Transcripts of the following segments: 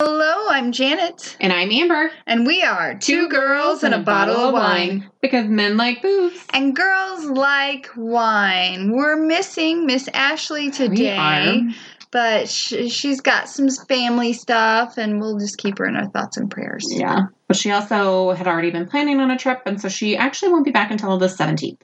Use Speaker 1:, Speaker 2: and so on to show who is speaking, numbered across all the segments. Speaker 1: Hello, I'm Janet,
Speaker 2: And I'm Amber.
Speaker 1: and we are Two Girls and a Bottle of Wine.
Speaker 2: Because men like boobs.
Speaker 1: And girls like wine. We're missing Miss Ashley today. but sh- she's got some family stuff, and we'll just keep her in our thoughts and prayers.
Speaker 2: Yeah. But she also had already been planning on a trip, and so she actually won't be back until the 17th.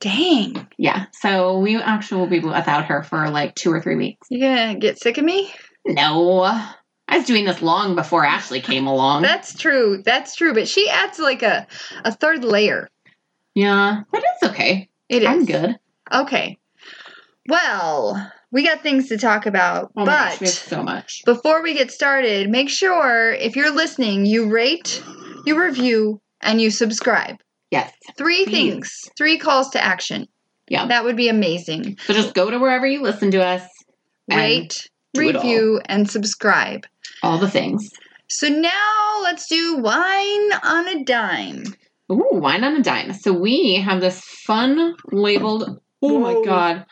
Speaker 1: Dang,
Speaker 2: Yeah. So we actually will be without her for like two or three weeks.
Speaker 1: you gonna get sick of me?
Speaker 2: No. I was doing this long before Ashley came along.
Speaker 1: That's true. That's true. But she adds like a a third layer.
Speaker 2: yeah. But it's okay.
Speaker 1: It is
Speaker 2: I'm good.
Speaker 1: Okay. Well, we got things to talk about,
Speaker 2: Oh my gosh,
Speaker 1: but
Speaker 2: we have so much.
Speaker 1: before we get started, make sure if you're listening, you rate, you review, and you subscribe.
Speaker 2: Yes.
Speaker 1: Three
Speaker 2: Please.
Speaker 1: things, three calls to action.
Speaker 2: Yeah.
Speaker 1: That would be amazing.
Speaker 2: So just go to wherever you listen to us. and
Speaker 1: rate,
Speaker 2: do it
Speaker 1: review, and subscribe.
Speaker 2: All the things.
Speaker 1: So now let's do wine on a dime.
Speaker 2: Ooh, wine on a dime. So we have this fun labeled.
Speaker 1: Whoa.
Speaker 2: Oh my god.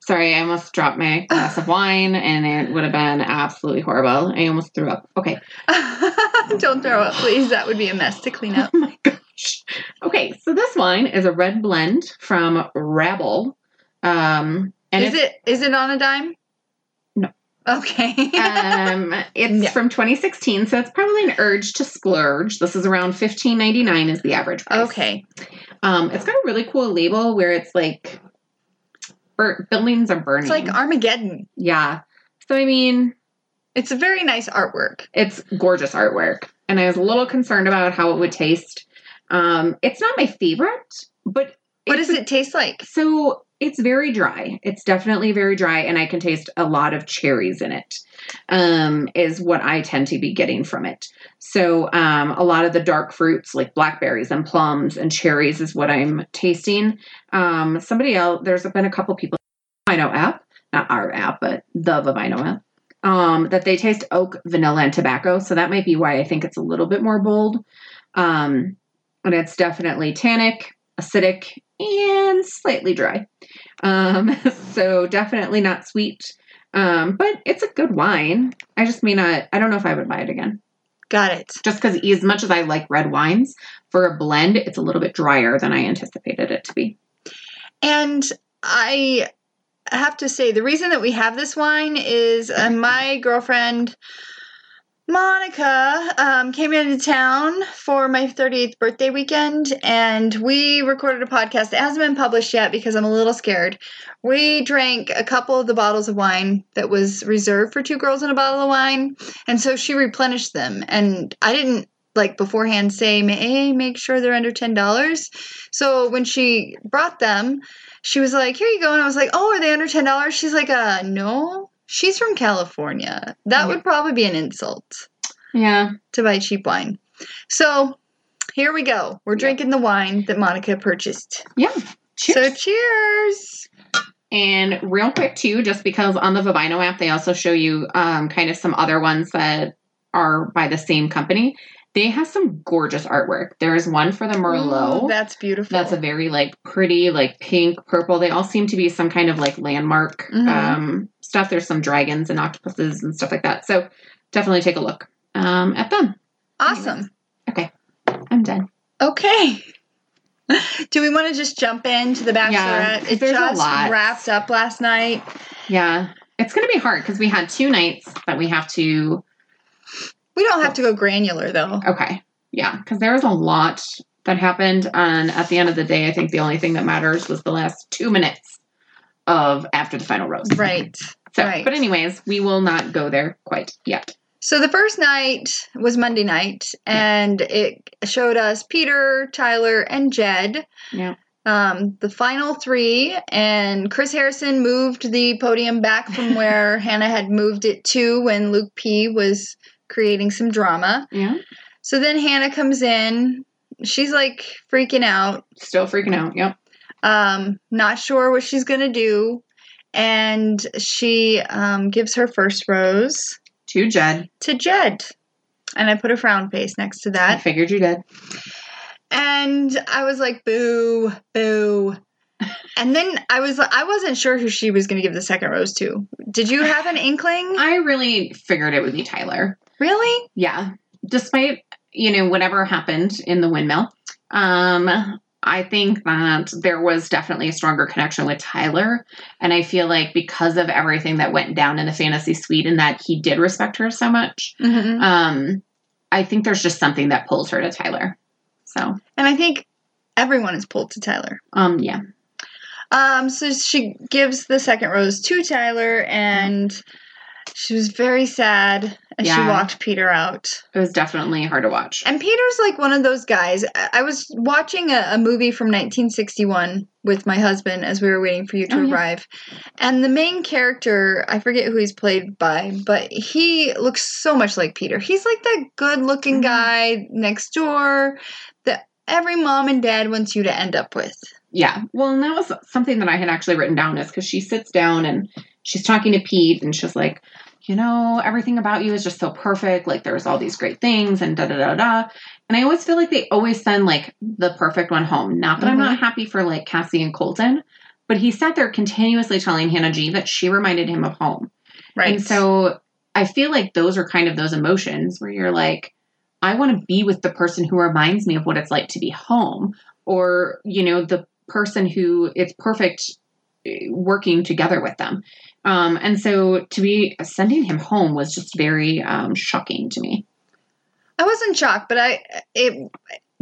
Speaker 2: Sorry, I almost dropped my glass of wine and it would have been absolutely horrible. I almost threw up. Okay.
Speaker 1: Don't throw up, please. That would be a mess to clean up.
Speaker 2: Oh my gosh. Okay, so this wine is a red blend from Rabble. Um and
Speaker 1: is
Speaker 2: it's,
Speaker 1: it is it on a dime?
Speaker 2: No.
Speaker 1: Okay.
Speaker 2: um it's
Speaker 1: Yeah.
Speaker 2: from 2016, so it's probably an urge to splurge. This is around 15.99 is the average price.
Speaker 1: okay.
Speaker 2: Um, it's got a really cool label where it's like bur- buildings are burning.
Speaker 1: It's like Armageddon.
Speaker 2: yeah. So I mean,
Speaker 1: It's a very nice artwork.
Speaker 2: it's gorgeous artwork, and I was a little concerned about how it would taste. Um, it's not my favorite, but
Speaker 1: What
Speaker 2: it's
Speaker 1: does it taste like?
Speaker 2: So it's very dry. It's definitely very dry, and I can taste a lot of cherries in it. Um, is what I tend to be getting from it. So um, a lot of the dark fruits like blackberries and plums and cherries is what I'm tasting. Um, somebody else, there's been a couple people Vino app, not our app, but the Vino app. Um, that they taste oak, vanilla, and tobacco. So that might be why I think it's a little bit more bold. Um, and it's definitely tannic, acidic, and slightly dry. Um, so definitely not sweet. Um, but it's a good wine. I just may not, I don't know if I would buy it again.
Speaker 1: Got it.
Speaker 2: Just because, as much as I like red wines, for a blend, it's a little bit drier than I anticipated it to be.
Speaker 1: And I have to say, the reason that we have this wine is uh, my girlfriend Monica um, came into town for my 38th birthday weekend, and we recorded a podcast that hasn't been published yet because I'm a little scared. We drank a couple of the bottles of wine that was reserved for two girls in a bottle of wine, and so she replenished them. And I didn't like beforehand say, "Hey, make sure they're under ten dollars." So when she brought them, she was like, "Here you go," and I was like, "Oh, are they under ten dollars?" She's like, "Uh, no." She's from California. That would probably be an insult
Speaker 2: Yeah.
Speaker 1: to buy cheap wine. So here we go. We're
Speaker 2: Yeah.
Speaker 1: drinking the wine that Monica purchased.
Speaker 2: Yeah.
Speaker 1: So cheers.
Speaker 2: And real quick too, just because on the Vivino app they also show you um, kind of some other ones that are by the same company. They have some gorgeous artwork. There is one for the Merlot.
Speaker 1: Ooh, that's beautiful.
Speaker 2: that's a very like pretty like pink purple they all seem to be some kind of like landmark
Speaker 1: Mhm.
Speaker 2: um, stuff there's some dragons and octopuses and stuff like that so definitely take a look um, at them
Speaker 1: awesome.
Speaker 2: i'm done
Speaker 1: Okay. Do we want to just jump into the Bachelorette?
Speaker 2: Yeah,
Speaker 1: it
Speaker 2: there's a
Speaker 1: just
Speaker 2: lot.
Speaker 1: wrapped up last night.
Speaker 2: yeah it's gonna be hard because we had two nights that we have to
Speaker 1: We don't have to go granular though.
Speaker 2: okay yeah because there was a lot that happened and at the end of the day i think the only thing that matters was the last two minutes of after the final rose
Speaker 1: Right.
Speaker 2: so
Speaker 1: right.
Speaker 2: but anyways we will not go there quite yet
Speaker 1: So the first night was Monday night, and it showed us Peter, Tyler, and Jed.
Speaker 2: Yeah.
Speaker 1: Um, the final three, and Chris Harrison moved the podium back from where Hannah had moved it to when Luke P was creating some drama.
Speaker 2: Yeah.
Speaker 1: So then Hannah comes in. She's like freaking out,
Speaker 2: Still freaking out. Yep.
Speaker 1: um, not sure what she's going to do. And she um, gives her first rose
Speaker 2: To Jed.
Speaker 1: to Jed. And I put a frown face next to
Speaker 2: I
Speaker 1: that.
Speaker 2: figured you did.
Speaker 1: And I was like, boo, boo. And then I was I wasn't sure who she was going to give the second rose to. Did you have an inkling?
Speaker 2: I really figured it would be Tyler.
Speaker 1: Really?
Speaker 2: yeah despite you know whatever happened in the windmill um i think that there was definitely a stronger connection with tyler and i feel like because of everything that went down in the fantasy suite and that he did respect her so much
Speaker 1: Mm-hmm.
Speaker 2: um i think there's just something that pulls her to tyler so
Speaker 1: And I think everyone is pulled to Tyler.
Speaker 2: um yeah
Speaker 1: Um, so she gives the second rose to Tyler, and she was very sad as she
Speaker 2: Yeah.
Speaker 1: walked Peter out.
Speaker 2: it was definitely hard to watch
Speaker 1: And Peter's like one of those guys. I I was watching a, a movie from 1961 with my husband as we were waiting for you to
Speaker 2: Oh, yeah.
Speaker 1: arrive. And the main character, I forget who he's played by, but he looks so much like Peter. He's like that good looking
Speaker 2: Mhm.
Speaker 1: guy next door that every mom and dad wants you to end up with.
Speaker 2: Yeah. Well, and that was something that I had actually written down is because she sits down and she's talking to Pete and she's like, you know, everything about you is just so perfect. Like there's all these great things and da da da da. And I always feel like they always send like the perfect one home. Not that I'm not happy for like Cassie and Colton, but he sat there continuously telling Hannah G that she reminded him of home.
Speaker 1: Right.
Speaker 2: And so I feel like those are kind of those emotions where you're like, I want to be with the person who reminds me of what it's like to be home, or, you know, the person who it's perfect eh, working together with them. Um, and so to be sending him home was just very um, shocking to me.
Speaker 1: I wasn't shocked, but I it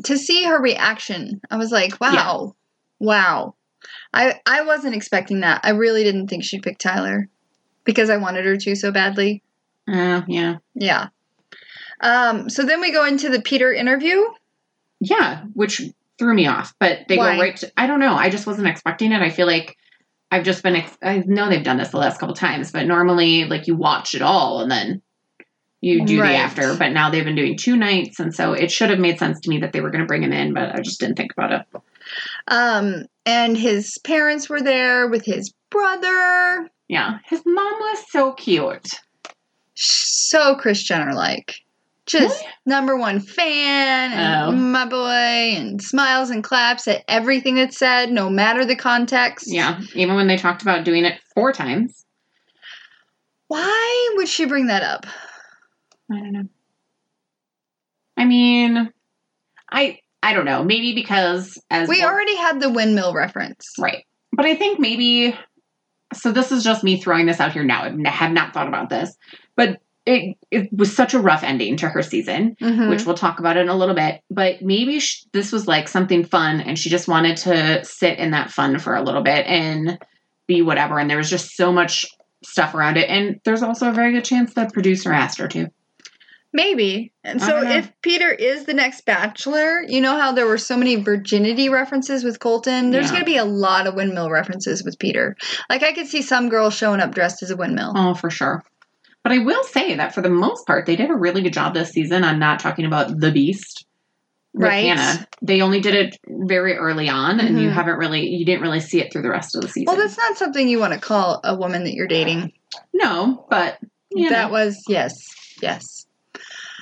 Speaker 1: to see her reaction, I was like, wow, wow. I I wasn't expecting that. I really didn't think she'd pick Tyler because I wanted her to so badly.
Speaker 2: Uh, yeah.
Speaker 1: Yeah. Um, so then we go into the Peter interview.
Speaker 2: Yeah. Which threw me off, but they
Speaker 1: Why?
Speaker 2: go right to, I don't know. I just wasn't expecting it. I feel like I've just been, ex- I know they've done this the last couple times, but normally like you watch it all and then you do
Speaker 1: Right.
Speaker 2: the after, but now they've been doing two nights. And so it should have made sense to me that they were going to bring him in, but I just didn't think about it.
Speaker 1: Um, and his parents were there with his brother.
Speaker 2: Yeah. His mom was so cute.
Speaker 1: So Chris Jenner like. Just number one fan and
Speaker 2: Oh.
Speaker 1: my boy and smiles and claps at everything that's said, no matter the context.
Speaker 2: Yeah. Even when they talked about doing it four times.
Speaker 1: Why would she bring that up?
Speaker 2: I don't know. I mean, I, I don't know. Maybe because as
Speaker 1: We
Speaker 2: well-
Speaker 1: already had the windmill reference.
Speaker 2: Right. But I think maybe so this is just me throwing this out here now. I n- have not thought about this. But it it was such a rough ending to her season,
Speaker 1: Mhm.
Speaker 2: which we'll talk about in a little bit, but maybe sh- this was like something fun and she just wanted to sit in that fun for a little bit and be whatever and there was just so much stuff around it and there's also a very good chance the producer asked her to.
Speaker 1: Maybe. And
Speaker 2: I
Speaker 1: so
Speaker 2: don't know.
Speaker 1: if Peter is the next bachelor, you know how there were so many virginity references with Colton? There's
Speaker 2: Yeah.
Speaker 1: going to be a lot of windmill references with Peter. Like, I could see some girl showing up dressed as a windmill.
Speaker 2: Oh, for sure. But I will say that for the most part, they did a really good job this season on not talking about the beast. with
Speaker 1: Right.
Speaker 2: Hannah. They only did it very early on, and you
Speaker 1: Mhm.
Speaker 2: haven't really, you didn't really see it through the rest of the season.
Speaker 1: Well, that's not something you want to call a woman that you're dating.
Speaker 2: no, but you
Speaker 1: that
Speaker 2: know,
Speaker 1: was, yes, yes.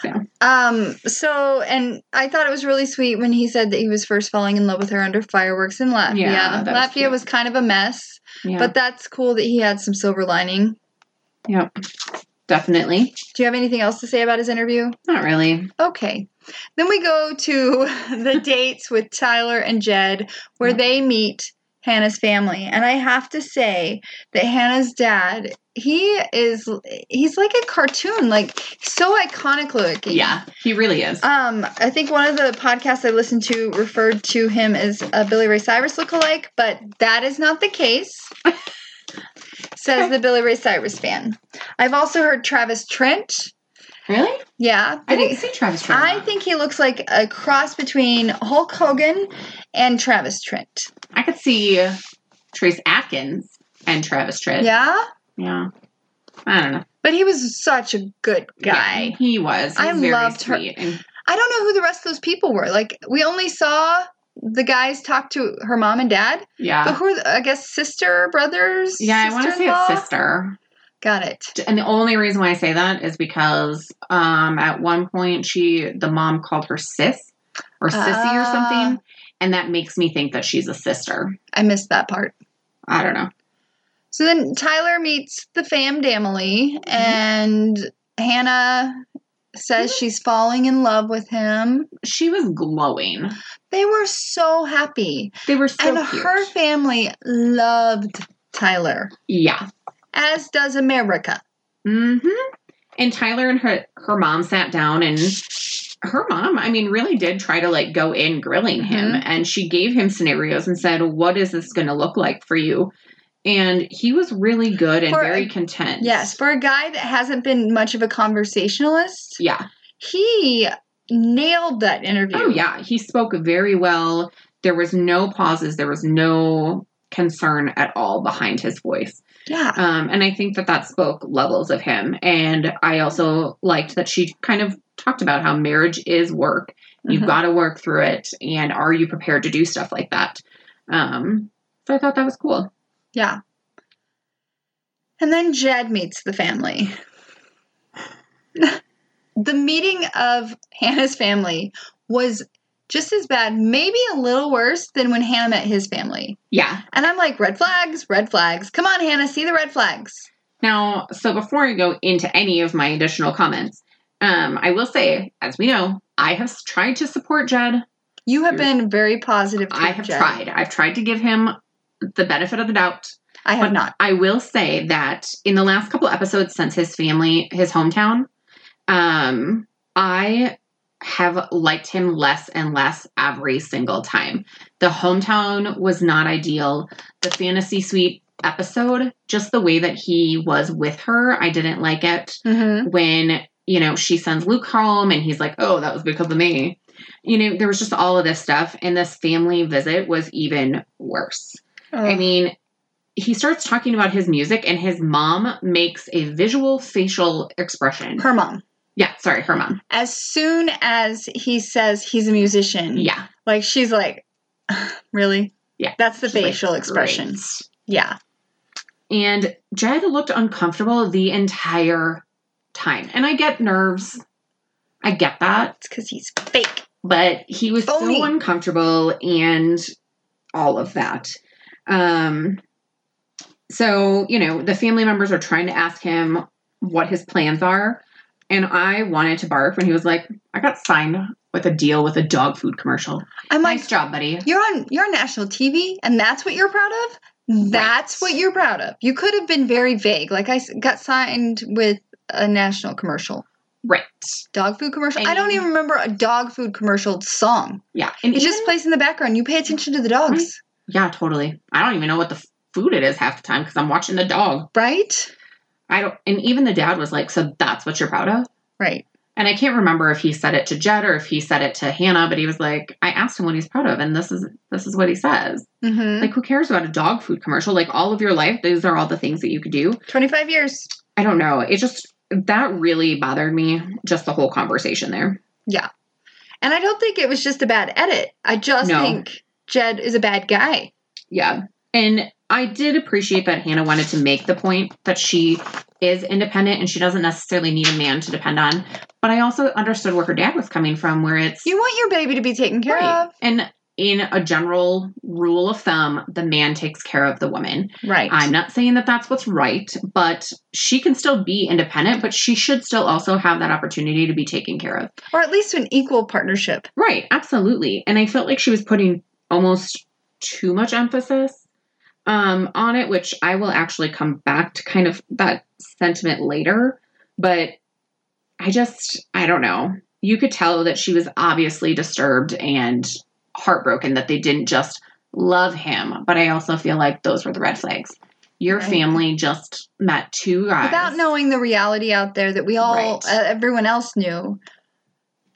Speaker 2: Yeah.
Speaker 1: Um, so, and I thought it was really sweet when he said that he was first falling in love with her under fireworks in Latvia.
Speaker 2: Yeah, that was
Speaker 1: Latvia
Speaker 2: cute.
Speaker 1: was kind of a mess.
Speaker 2: yeah,
Speaker 1: But that's cool that he had some silver lining.
Speaker 2: definitely
Speaker 1: Do you have anything else to say about his interview?
Speaker 2: not really.
Speaker 1: Okay. Then we go to the dates with Tyler and Jed, where
Speaker 2: Yeah.
Speaker 1: they meet Hannah's family. And I have to say that Hannah's dad, he is he's like a cartoon, like so iconic looking.
Speaker 2: Yeah, he really is.
Speaker 1: Um, I think one of the podcasts I listened to referred to him as a Billy Ray Cyrus lookalike, but that is not the case, says the Billy Ray Cyrus fan. I've also heard Travis Trent.
Speaker 2: really,
Speaker 1: Yeah,
Speaker 2: I
Speaker 1: but he-
Speaker 2: didn't see Travis. Tritt.
Speaker 1: I think he looks like a cross between Hulk Hogan and Travis Trent.
Speaker 2: I could see Trace Atkins and Travis Tritt.
Speaker 1: Yeah,
Speaker 2: yeah. I don't know.
Speaker 1: But he was such a good guy.
Speaker 2: Yeah, he was. He
Speaker 1: I
Speaker 2: was very
Speaker 1: loved her.
Speaker 2: sweet and-
Speaker 1: I don't know who the rest of those people were. Like we only saw the guys talk to her mom and dad. But
Speaker 2: yeah.
Speaker 1: who are the, I guess sister, brothers?
Speaker 2: Yeah, I want to say it's
Speaker 1: sister-in-law?
Speaker 2: sister.
Speaker 1: Got it.
Speaker 2: And the only reason why I say that is because um, at one point she the mom called her sis or sissy or
Speaker 1: Ah.
Speaker 2: something, and that makes me think that she's a sister.
Speaker 1: I missed that part.
Speaker 2: I don't know.
Speaker 1: So then Tyler meets the fam Damily,
Speaker 2: Mm-hmm.
Speaker 1: and Hannah says
Speaker 2: Mm-hmm.
Speaker 1: she's falling in love with him.
Speaker 2: She was glowing.
Speaker 1: They were so happy.
Speaker 2: They were so
Speaker 1: and
Speaker 2: cute.
Speaker 1: her family loved Tyler,
Speaker 2: yeah.
Speaker 1: as does America.
Speaker 2: hmm And Tyler and her her mom sat down and her mom, I mean, really did try to like go in grilling him
Speaker 1: Mhm.
Speaker 2: and she gave him scenarios and said, What is this gonna look like for you? And he was really good and
Speaker 1: For-
Speaker 2: very content.
Speaker 1: Yes, for a guy that hasn't been much of a conversationalist,
Speaker 2: Yeah.
Speaker 1: he nailed that interview.
Speaker 2: Oh yeah. He spoke very well. There was no pauses. There was no concern at all behind his voice.
Speaker 1: Yeah.
Speaker 2: Um, and I think that that spoke levels of him. And I also liked that she kind of talked about how marriage is work. You've
Speaker 1: Mhm.
Speaker 2: got to work through it. And are you prepared to do stuff like that? Um, so I thought that was cool.
Speaker 1: Yeah. And then Jed meets the family. the meeting of Hannah's family was just as bad, maybe a little worse than when Hannah met his family.
Speaker 2: Yeah.
Speaker 1: And I'm like, red flags, red flags. Come on, Hannah, see the red flags.
Speaker 2: Now, so before I go into any of my additional comments, um, I will say, as we know, I have s- tried to support Jed.
Speaker 1: You have been very positive.
Speaker 2: I
Speaker 1: toward
Speaker 2: have
Speaker 1: Jed.
Speaker 2: tried. I've tried to give him the benefit of the doubt.
Speaker 1: I have
Speaker 2: But
Speaker 1: not.
Speaker 2: I will say that in the last couple episodes since his family, his hometown, um, I have liked him less and less every single time. The hometown was not ideal. The fantasy suite episode, just the way that he was with her, I didn't like it.
Speaker 1: Mm-hmm.
Speaker 2: When, you know, she sends Luke home and he's like, oh, that was because of me. You know, there was just all of this stuff. And this family visit was even worse. I mean, he starts talking about his music, and his mom makes a visual facial expression.
Speaker 1: Oh, her mom.
Speaker 2: yeah, sorry, her mom.
Speaker 1: As soon as he says he's a musician,
Speaker 2: Yeah,
Speaker 1: like she's like, really?
Speaker 2: Yeah.
Speaker 1: That's the
Speaker 2: She's like,
Speaker 1: facial expression.
Speaker 2: great.
Speaker 1: Yeah.
Speaker 2: And Jed looked uncomfortable the entire time, and I get nerves. I get that,
Speaker 1: It's because he's fake.
Speaker 2: but he was
Speaker 1: Phony.
Speaker 2: so uncomfortable and all of that. Um, so you know, the family members are trying to ask him what his plans are, and I wanted to bark when he was like, "I got signed with a deal with a dog food commercial.
Speaker 1: I'm like,
Speaker 2: nice job, buddy."
Speaker 1: you're on you're on national TV, and that's what you're proud of. That's
Speaker 2: Right.
Speaker 1: what you're proud of. You could have been very vague. Like I s- got signed with a national commercial,
Speaker 2: Right?
Speaker 1: dog food commercial. I, don't
Speaker 2: And-
Speaker 1: even remember a dog food commercial song.
Speaker 2: Yeah, and
Speaker 1: It
Speaker 2: even-
Speaker 1: just plays in the background. You pay attention to the dogs,
Speaker 2: yeah, totally. I don't even know what the f- food it is half the time because I'm watching the dog.
Speaker 1: right?
Speaker 2: I don't, and even the dad was like, "So that's what you're proud of."
Speaker 1: Right.
Speaker 2: And I can't remember if he said it to Jed or if he said it to Hannah, but he was like, I asked him what he's proud of, and this is this is what he says.
Speaker 1: Mm-hmm.
Speaker 2: Like, who cares about a dog food commercial? Like all of your life, those are all the things that you could do.
Speaker 1: Twenty five years.
Speaker 2: I don't know. It just that really bothered me, just the whole conversation there.
Speaker 1: And I don't think it was just a bad edit. I just
Speaker 2: No.
Speaker 1: think Jed is a bad guy.
Speaker 2: Yeah. And I did appreciate that Hannah wanted to make the point that she is independent and she doesn't necessarily need a man to depend on. But I also understood where her dad was coming from, where it's
Speaker 1: You want your baby to be taken care
Speaker 2: Right.
Speaker 1: of,
Speaker 2: And in a general rule of thumb, the man takes care of the woman.
Speaker 1: right?
Speaker 2: I'm not saying that that's what's right, but she can still be independent, but she should still also have that opportunity to be taken care of.
Speaker 1: or at least an equal partnership.
Speaker 2: Right, absolutely. And I felt like she was putting almost too much emphasis um, on it, which I will actually come back to kind of that sentiment later. But I just, I don't know. You could tell that she was obviously disturbed and heartbroken that they didn't just love him. But I also feel like those were the red flags. Your
Speaker 1: Right.
Speaker 2: family just met two guys.
Speaker 1: without knowing the reality out there that we all
Speaker 2: Right.
Speaker 1: uh, everyone else knew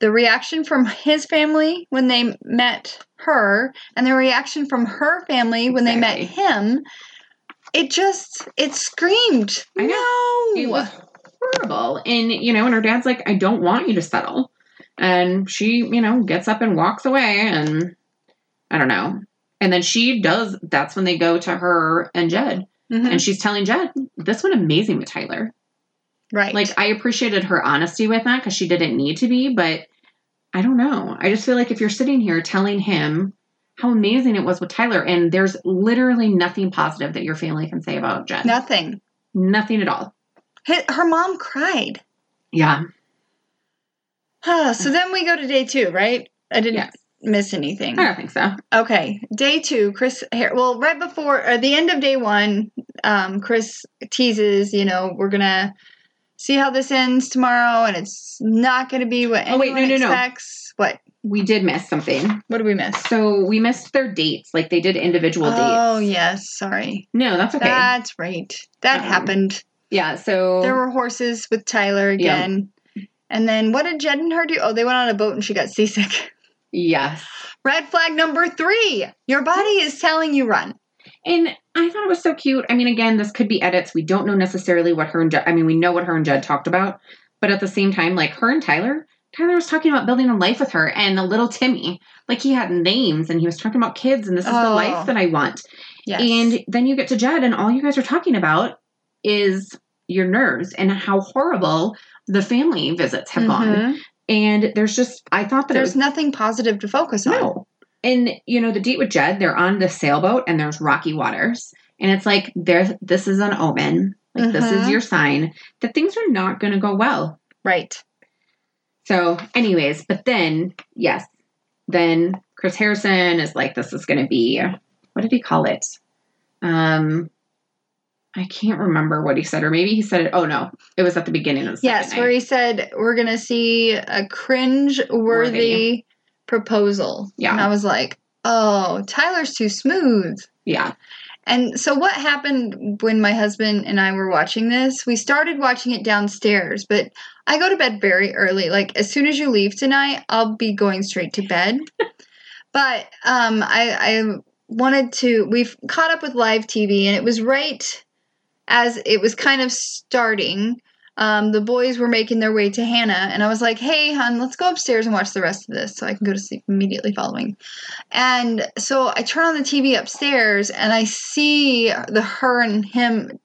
Speaker 1: the reaction from his family when they met her and the reaction from her family when they met
Speaker 2: Exactly.
Speaker 1: him it just it screamed
Speaker 2: I know.
Speaker 1: no
Speaker 2: It was horrible. And, you know, and her dad's like, I don't want you to settle. And she, you know, gets up and walks away. And I don't know. And then she does, that's when they go to her and Jed.
Speaker 1: Mhm.
Speaker 2: And she's telling Jed, this went amazing with Tyler.
Speaker 1: right.
Speaker 2: Like, I appreciated her honesty with that because she didn't need to be, but I don't know. I just feel like if you're sitting here telling him how amazing it was with Tyler, and there's literally nothing positive that your family can say about Jed.
Speaker 1: nothing.
Speaker 2: Nothing at all.
Speaker 1: Hi- Her mom cried.
Speaker 2: Yeah.
Speaker 1: Huh, so then we go to day two, right? I didn't
Speaker 2: Mm. Yes.
Speaker 1: miss anything.
Speaker 2: I don't think so.
Speaker 1: Okay, day two, Chris. Har- Well, right before or the end of day one, um, Chris teases, you know, we're gonna see how this ends tomorrow, and it's not gonna be what
Speaker 2: Oh,
Speaker 1: anyone
Speaker 2: wait, no, no, no.
Speaker 1: expects. What?
Speaker 2: We did miss something.
Speaker 1: What did we miss?
Speaker 2: So we missed their dates. Like they did individual dates.
Speaker 1: oh yes, sorry.
Speaker 2: No, that's okay.
Speaker 1: That's right. That
Speaker 2: Um,
Speaker 1: happened.
Speaker 2: yeah. So
Speaker 1: There were horses with Tyler
Speaker 2: Yeah.
Speaker 1: again. And then what did Jed and her do? Oh, they went on a boat and she got seasick.
Speaker 2: yes.
Speaker 1: Red flag number three. Your body is telling you run.
Speaker 2: And I thought it was so cute. I mean, again, this could be edits. We don't know necessarily what her and Jed, I mean, we know what her and Jed talked about, but at the same time, like her and Tyler, Tyler was talking about building a life with her and the little Timmy. Like he had names and he was talking about kids and this is the
Speaker 1: Oh.
Speaker 2: life that I want.
Speaker 1: Yes.
Speaker 2: And then you get to Jed, and all you guys are talking about is your nerves and how horrible the family visits have gone.
Speaker 1: Mhm.
Speaker 2: And Mm-hmm. there's just, I thought that
Speaker 1: There's
Speaker 2: it was
Speaker 1: nothing positive to focus on.
Speaker 2: no. And you know, the date with Jed, they're on the sailboat, and there's rocky waters, and it's like there. This is an omen. Like this is
Speaker 1: Mhm.
Speaker 2: your sign that things are not going to go well.
Speaker 1: Right.
Speaker 2: So, anyways, but then yes, then Chris Harrison is like, this is going to be what did he call it? Um. I can't remember what he said, or maybe he said it. Oh no, it was at the beginning of the second
Speaker 1: Yes,
Speaker 2: night.
Speaker 1: where he said we're gonna see a cringe worthy
Speaker 2: Worthy.
Speaker 1: proposal.
Speaker 2: Yeah.
Speaker 1: And I was like, Oh, Tyler's too smooth.
Speaker 2: yeah,
Speaker 1: And so what happened when my husband and I were watching this? We started watching it downstairs, but I go to bed very early. Like as soon as you leave tonight, I'll be going straight to bed. but um I I wanted to we've caught up with live TV and it was right as it was kind of starting. Um, the boys were making their way to Hannah, and I was like, "Hey, hon, let's go upstairs and watch the rest of this, so I can go to sleep immediately following." And so I turn on the TV upstairs and I see the her and him,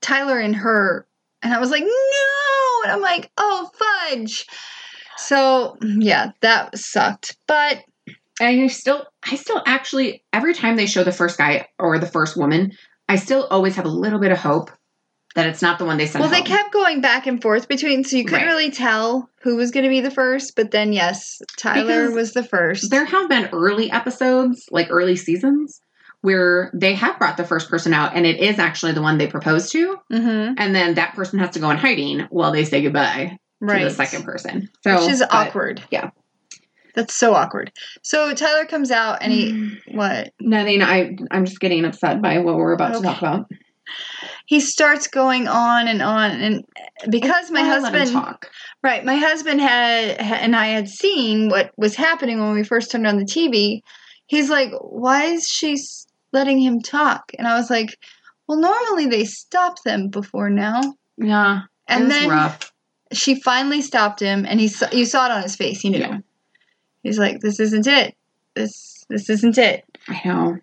Speaker 1: Tyler and her. And I was like, no. And I'm like, oh, fudge. So yeah, that sucked. But
Speaker 2: and I still, I still actually every time they show the first guy or the first woman, I still always have a little bit of hope that it's not the one they sent.
Speaker 1: well, they
Speaker 2: home.
Speaker 1: kept going back and forth between, so you couldn't
Speaker 2: Uh-huh. Right.
Speaker 1: really tell who was going to be the first. But then, yes, Tyler
Speaker 2: Because
Speaker 1: was the first.
Speaker 2: There have been early episodes, like early seasons, where they have brought the first person out, and it is actually the one they propose to,
Speaker 1: Mm-hmm.
Speaker 2: and then that person has to go in hiding while they say goodbye
Speaker 1: Right.
Speaker 2: to the second person. So,
Speaker 1: Which is
Speaker 2: but-
Speaker 1: awkward.
Speaker 2: yeah.
Speaker 1: That's so awkward. So Tyler comes out and he,
Speaker 2: Mm.
Speaker 1: what?
Speaker 2: Nothing. I I'm just getting upset by what we're about to
Speaker 1: Okay.
Speaker 2: talk about.
Speaker 1: he starts going on and on and because my
Speaker 2: I'll let him
Speaker 1: husband
Speaker 2: talk.
Speaker 1: right my husband had ha- and i had seen what was happening when we first turned on the tv he's like why is she s- letting him talk and i was like well normally they stop them before now
Speaker 2: Yeah, it
Speaker 1: and
Speaker 2: was
Speaker 1: then
Speaker 2: rough.
Speaker 1: she finally stopped him and he saw, you saw it on his face he knew
Speaker 2: Yeah.
Speaker 1: he's like this isn't it this this isn't it
Speaker 2: I know.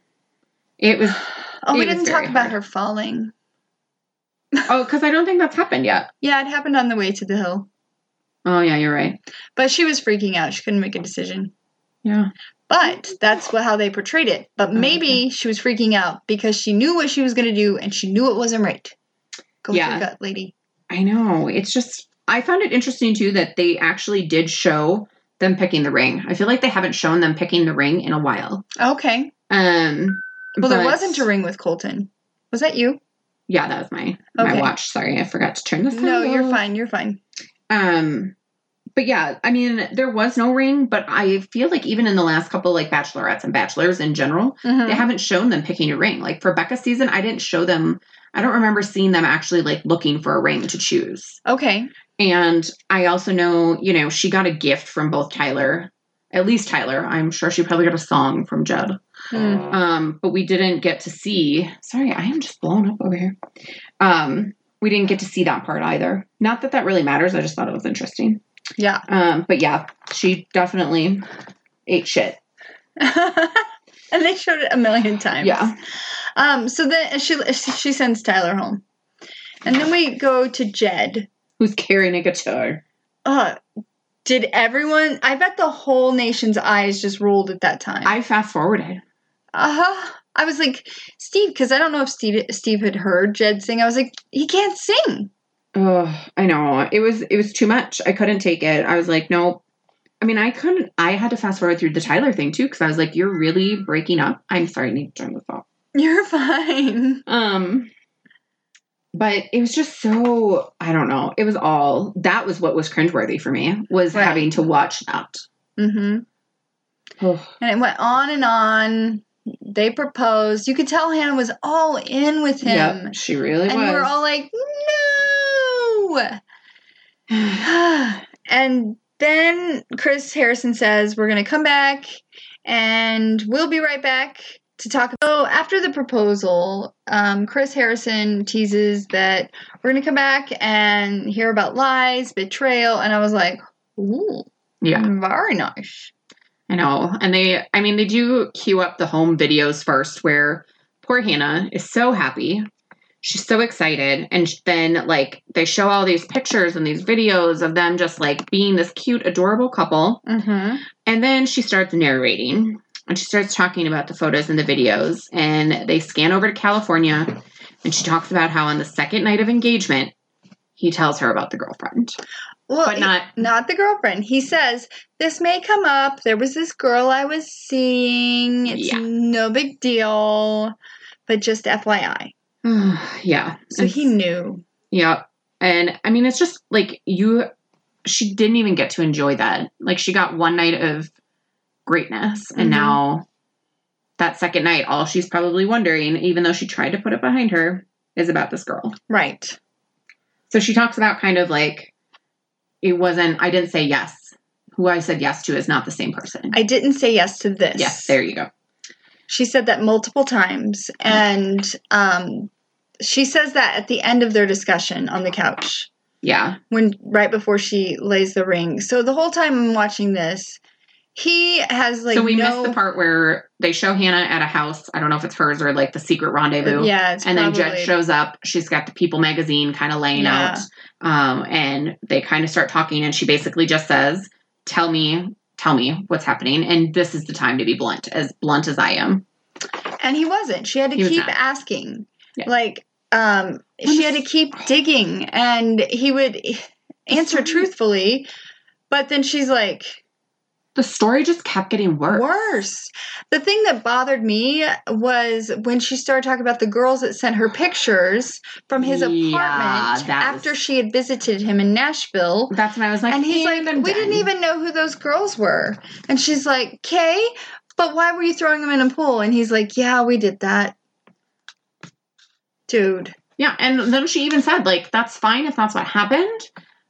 Speaker 2: It was
Speaker 1: oh we
Speaker 2: It was
Speaker 1: didn't talk
Speaker 2: very
Speaker 1: about
Speaker 2: hard.
Speaker 1: her falling
Speaker 2: oh, because I don't think that's happened yet.
Speaker 1: yeah it happened on the way to the hill
Speaker 2: Oh yeah, you're right.
Speaker 1: but she was freaking out she couldn't make a decision
Speaker 2: Yeah,
Speaker 1: But that's what, how they portrayed it.
Speaker 2: Oh,
Speaker 1: But maybe she was freaking out because she knew what she was going to do and she knew it wasn't right. Go with
Speaker 2: Yeah.
Speaker 1: your gut, lady.
Speaker 2: I know. It's just I found it interesting too that they actually did show them picking the ring. I feel like they haven't shown them picking the ring in a while.
Speaker 1: Okay.
Speaker 2: Um,
Speaker 1: Well, there
Speaker 2: but-
Speaker 1: wasn't a ring with Colton. Was that you?
Speaker 2: Yeah, that was my
Speaker 1: Okay.
Speaker 2: my watch. Sorry, I forgot to turn this.
Speaker 1: No, you're
Speaker 2: off.
Speaker 1: fine. You're fine.
Speaker 2: Um, but yeah, I mean, there was no ring, but I feel like even in the last couple, like bachelorettes and bachelors in general, they
Speaker 1: Mhm.
Speaker 2: haven't shown them picking a ring. Like for Becca's season, I didn't show them. I don't remember seeing them actually like looking for a ring to choose.
Speaker 1: Okay.
Speaker 2: And I also know, you know, she got a gift from both Tyler, at least Tyler. I'm sure she probably got a song from Jed.
Speaker 1: Hmm.
Speaker 2: Um, but we didn't get to see. Sorry, I am just blown up over here. Um, we didn't get to see that part either. Not that that really matters. I just thought it was interesting.
Speaker 1: Yeah.
Speaker 2: Um, but yeah, she definitely ate shit.
Speaker 1: and they showed it a million times.
Speaker 2: Yeah.
Speaker 1: Um, so then she she sends Tyler home, and then we go to Jed.
Speaker 2: Who's carrying a guitar?
Speaker 1: Uh, did everyone? I bet the whole nation's eyes just rolled at that time.
Speaker 2: I fast forwarded.
Speaker 1: uh huh. I was like Steve because I don't know if Steve Steve had heard Jed sing. I was like, he can't sing.
Speaker 2: Oh, I know. It was it was too much. I couldn't take it. I was like, nope. I mean, I couldn't. I had to fast forward through the Tyler thing too because I was like, you're really breaking up. I'm sorry. I need to turn this off.
Speaker 1: You're fine.
Speaker 2: Um, but it was just so I don't know. It was all that was what was cringeworthy for me was
Speaker 1: Right.
Speaker 2: having to watch that.
Speaker 1: Mm-hmm.
Speaker 2: Ugh.
Speaker 1: And it went on and on. They proposed. You could tell Hannah was all in with him.
Speaker 2: Yep, she really
Speaker 1: and
Speaker 2: was.
Speaker 1: we're all like, no. and then Chris Harrison says, we're going to come back and we'll be right back to talk. So after the proposal, um, Chris Harrison teases that we're going to come back and hear about lies, betrayal. And I was like, ooh,
Speaker 2: yeah,
Speaker 1: very nice.
Speaker 2: I know. And they, I mean, they do queue up the home videos first, where poor Hannah is so happy. She's so excited. And sh- then, like, they show all these pictures and these videos of them just like being this cute, adorable couple.
Speaker 1: Mm-hmm.
Speaker 2: And then she starts narrating and she starts talking about the photos and the videos. And they scan over to California and she talks about how on the second night of engagement, he tells her about the girlfriend,
Speaker 1: Well,
Speaker 2: but not
Speaker 1: Not the girlfriend. He says, This may come up. There was this girl I was seeing. It's
Speaker 2: Yeah.
Speaker 1: no big deal. But just FYI.
Speaker 2: yeah.
Speaker 1: So he knew.
Speaker 2: Yeah. And I mean, it's just like you, she didn't even get to enjoy that. Like she got one night of greatness. And
Speaker 1: Mhm.
Speaker 2: now that second night, all she's probably wondering, even though she tried to put it behind her, is about this girl.
Speaker 1: Right.
Speaker 2: So she talks about kind of like, it wasn't, I didn't say yes. Who I said yes to is not the same person.
Speaker 1: I didn't say yes to this.
Speaker 2: yes, there you go.
Speaker 1: She said that multiple times. And um, she says that at the end of their discussion on the couch.
Speaker 2: Yeah.
Speaker 1: when right before she lays the ring. So the whole time I'm watching this, he has like
Speaker 2: so we
Speaker 1: no,
Speaker 2: missed the part where they show Hannah at a house. I don't know if it's hers or like the secret rendezvous.
Speaker 1: Yeah, it's
Speaker 2: and then Jed
Speaker 1: probably-
Speaker 2: shows up. She's got the People magazine kind of laying
Speaker 1: Yeah.
Speaker 2: out, um, and they kind of start talking. And she basically just says, "Tell me, tell me what's happening." And this is the time to be blunt, as blunt as I am.
Speaker 1: and he wasn't. She had to
Speaker 2: He was
Speaker 1: keep
Speaker 2: not.
Speaker 1: asking.
Speaker 2: Yeah.
Speaker 1: Like um she had to keep digging and he would answer truthfully, but then she's like
Speaker 2: The story just kept getting worse.
Speaker 1: worse. The thing that bothered me was when she started talking about the girls that sent her pictures from his
Speaker 2: Yeah,
Speaker 1: apartment
Speaker 2: that was-
Speaker 1: after she had visited him in Nashville.
Speaker 2: That's when I was like,
Speaker 1: and he's like,
Speaker 2: "And I'm
Speaker 1: we didn't
Speaker 2: done."
Speaker 1: even know who those girls were. And she's like, Kay, but why were you throwing them in a pool? And he's like, yeah, we did that. Dude.
Speaker 2: Yeah, and then she even said, like, that's fine if that's what happened,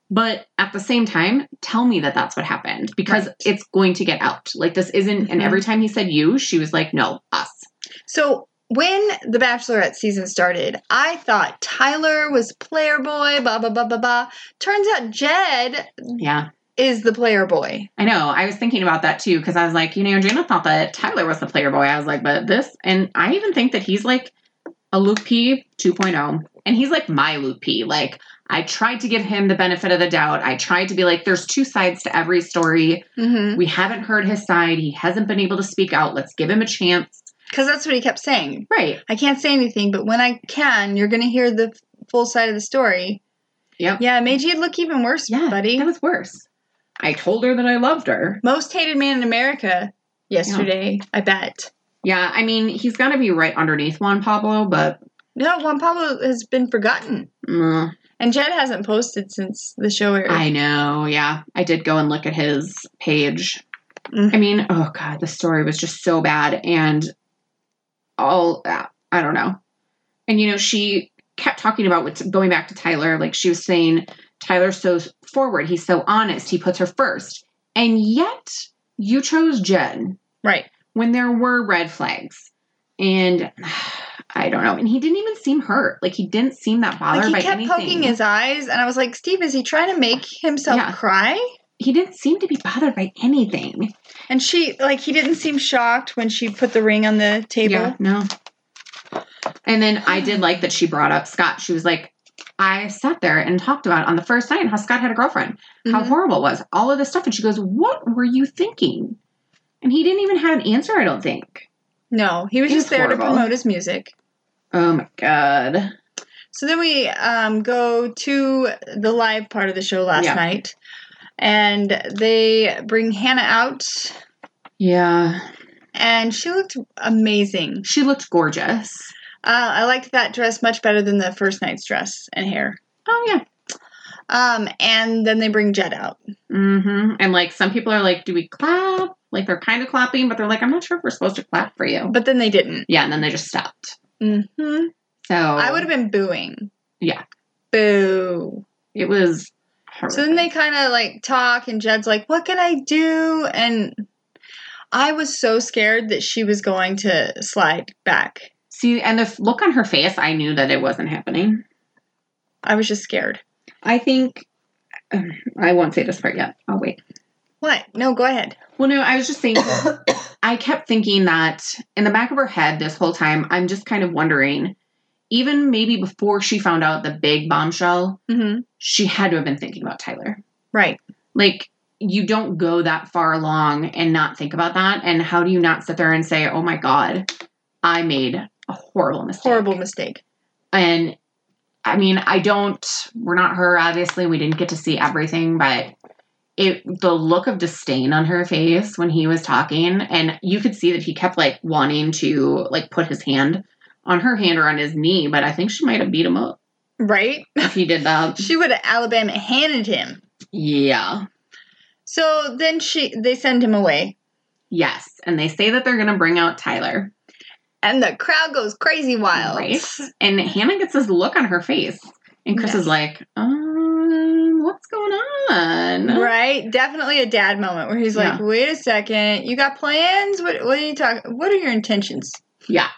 Speaker 2: but at the same time, tell me that that's what happened because
Speaker 1: Right.
Speaker 2: it's going to get out. Like, this isn't. And
Speaker 1: Mhm.
Speaker 2: every time he said you, she was like, no, us.
Speaker 1: So when The Bachelorette season started, I thought Tyler was player boy, blah, blah, blah, blah, blah. Turns out Jed
Speaker 2: Yeah.
Speaker 1: is the player boy.
Speaker 2: I know. I was thinking about that too because I was like, you know, Jana thought that Tyler was the player boy. I was like, but this, and I even think that he's like a Luke P 2.0, and he's like my Luke P. Like, I tried to give him the benefit of the doubt. I tried to be like, there's two sides to every story.
Speaker 1: Mm-hmm.
Speaker 2: We haven't heard his side. He hasn't been able to speak out. Let's give him a chance.
Speaker 1: Because that's what he kept saying.
Speaker 2: Right.
Speaker 1: I can't say anything, but when I can, you're going to hear the full side of the story.
Speaker 2: Yep.
Speaker 1: Yeah, it made you look even worse,
Speaker 2: Yeah,
Speaker 1: buddy.
Speaker 2: That was worse. I told her that I loved her.
Speaker 1: most hated man in America yesterday, I bet.
Speaker 2: Yeah. I mean, he's got to be right underneath Juan Pablo, but
Speaker 1: No, Juan Pablo has been forgotten.
Speaker 2: mm,
Speaker 1: And Jed hasn't posted since the show aired.
Speaker 2: I know. Yeah. I did go and look at his page.
Speaker 1: Mhm.
Speaker 2: I mean, oh God, the story was just so bad. And all, uh, I don't know. And, you know, she kept talking about what's going back to Tyler. Like she was saying, Tyler's so forward. He's so honest. He puts her first. And yet you chose Jen
Speaker 1: right.
Speaker 2: when there were red flags. And I don't know. And he didn't even seem hurt. Like he didn't seem that bothered
Speaker 1: Like he
Speaker 2: by
Speaker 1: kept
Speaker 2: anything.
Speaker 1: poking his eyes, and I was like, Steve, is he trying to make himself
Speaker 2: Yeah.
Speaker 1: cry?
Speaker 2: he didn't seem to be bothered by anything.
Speaker 1: And she, like, he didn't seem shocked when she put the ring on the table.
Speaker 2: Yeah, no. And then I did like that she brought up Scott. She was like, I sat there and talked about on the first night how Scott had a girlfriend, how
Speaker 1: Mhm.
Speaker 2: horrible it was, all of this stuff. And she goes, What were you thinking? And he didn't even have an answer, I don't think.
Speaker 1: No, he was
Speaker 2: It
Speaker 1: just
Speaker 2: was
Speaker 1: there to
Speaker 2: horrible.
Speaker 1: promote his music.
Speaker 2: Oh my God.
Speaker 1: So then we um, go to the live part of the show last
Speaker 2: Yeah.
Speaker 1: night, and they bring Hannah out,
Speaker 2: Yeah.
Speaker 1: and she looked amazing.
Speaker 2: She looked gorgeous.
Speaker 1: Uh, I liked that dress much better than the first night's dress and hair.
Speaker 2: Oh, yeah.
Speaker 1: Um, and then they bring Jed out.
Speaker 2: Mm-hmm. And like some people are like, Do we clap? Like they're kind of clapping, but they're like, I'm not sure if we're supposed to clap for you.
Speaker 1: But then they didn't.
Speaker 2: Yeah. And then they just stopped.
Speaker 1: hmm
Speaker 2: So
Speaker 1: I would have been booing.
Speaker 2: Oh. Yeah.
Speaker 1: Boo.
Speaker 2: It was.
Speaker 1: So then they kind of like talk, and Jed's like, What can I do? And I was so scared that she was going to slide back.
Speaker 2: See, and the f- look on her face, I knew that it wasn't happening.
Speaker 1: I was just scared.
Speaker 2: I think um, I won't say this part yet. I'll wait.
Speaker 1: What? No, go ahead.
Speaker 2: Well, no, I was just saying, I kept thinking that in the back of her head this whole time, I'm just kind of wondering, even maybe before she found out the big bombshell,
Speaker 1: hmm
Speaker 2: she had to have been thinking about Tyler.
Speaker 1: Right.
Speaker 2: Like, you don't go that far along and not think about that. And how do you not sit there and say, oh my God, I made a horrible mistake?
Speaker 1: Horrible mistake.
Speaker 2: and i mean i don't we're not her obviously we didn't get to see everything but it the look of disdain on her face when he was talking and you could see that he kept like wanting to like put his hand on her hand or on his knee but i think she might have beat him up
Speaker 1: Right?
Speaker 2: if he did that
Speaker 1: She would have Alabama handed him.
Speaker 2: yeah
Speaker 1: So then she they send him away.
Speaker 2: yes and they say that they're going to bring out tyler
Speaker 1: And the crowd goes crazy wild.
Speaker 2: right and hannah gets this look on her face and chris
Speaker 1: Yes.
Speaker 2: is like um what's going on
Speaker 1: Right? Definitely a dad moment where he's like, "Wait a second, you got plans? What? What are you talking? What are your intentions?"
Speaker 2: Yeah.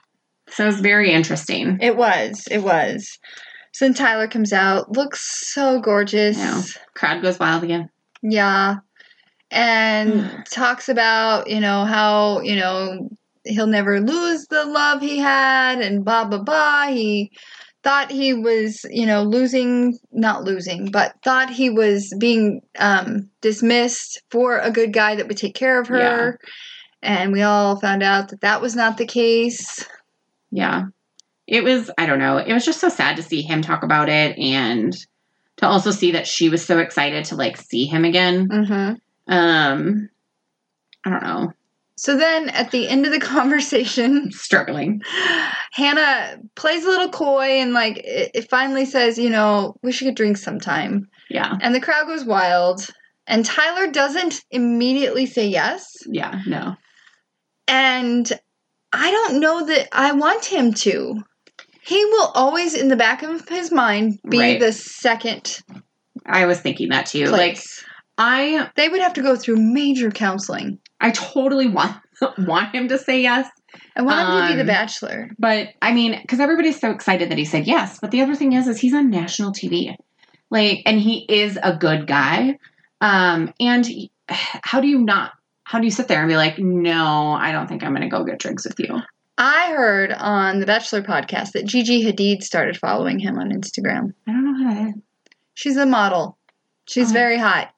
Speaker 2: So it's very interesting.
Speaker 1: It was. It was. So then Tyler comes out, looks so gorgeous.
Speaker 2: Yeah. Crowd goes wild again.
Speaker 1: Yeah. And talks about, you know, how, you know, he'll never lose the love he had and blah, blah, blah. He thought he was, you know, losing, not losing, but thought he was being um, dismissed for a good guy that would take care of her. And we all found out that that was not the case.
Speaker 2: Yeah. It was, I don't know, it was just so sad to see him talk about it and to also see that she was so excited to like see him again.
Speaker 1: Mm-hmm.
Speaker 2: Um, I don't know,
Speaker 1: So then at the end of the conversation,
Speaker 2: I'm struggling.
Speaker 1: Hannah plays a little coy and like it, it finally says, you know, we should get drinks sometime.
Speaker 2: Yeah.
Speaker 1: And the crowd goes wild. And Tyler doesn't immediately say yes.
Speaker 2: Yeah. No.
Speaker 1: And I don't know that I want him to. He will always, in the back of his mind, be
Speaker 2: Right.
Speaker 1: the second
Speaker 2: I was thinking that too. Like,
Speaker 1: place.
Speaker 2: I,
Speaker 1: they would have to go through major counseling.
Speaker 2: I totally want, want him to say yes.
Speaker 1: I want him to be the
Speaker 2: Um,
Speaker 1: bachelor.
Speaker 2: But I mean, because everybody's so excited that he said yes. But the other thing is, is he's on national TV, like, and he is a good guy. Um, and he- how do you not? How do you sit there and be like, no, I don't think I'm going to go get drinks with you?
Speaker 1: I heard on the Bachelor podcast that Gigi Hadid started following him on Instagram.
Speaker 2: I don't know who that is.
Speaker 1: She's a model. She's
Speaker 2: Oh.
Speaker 1: very hot.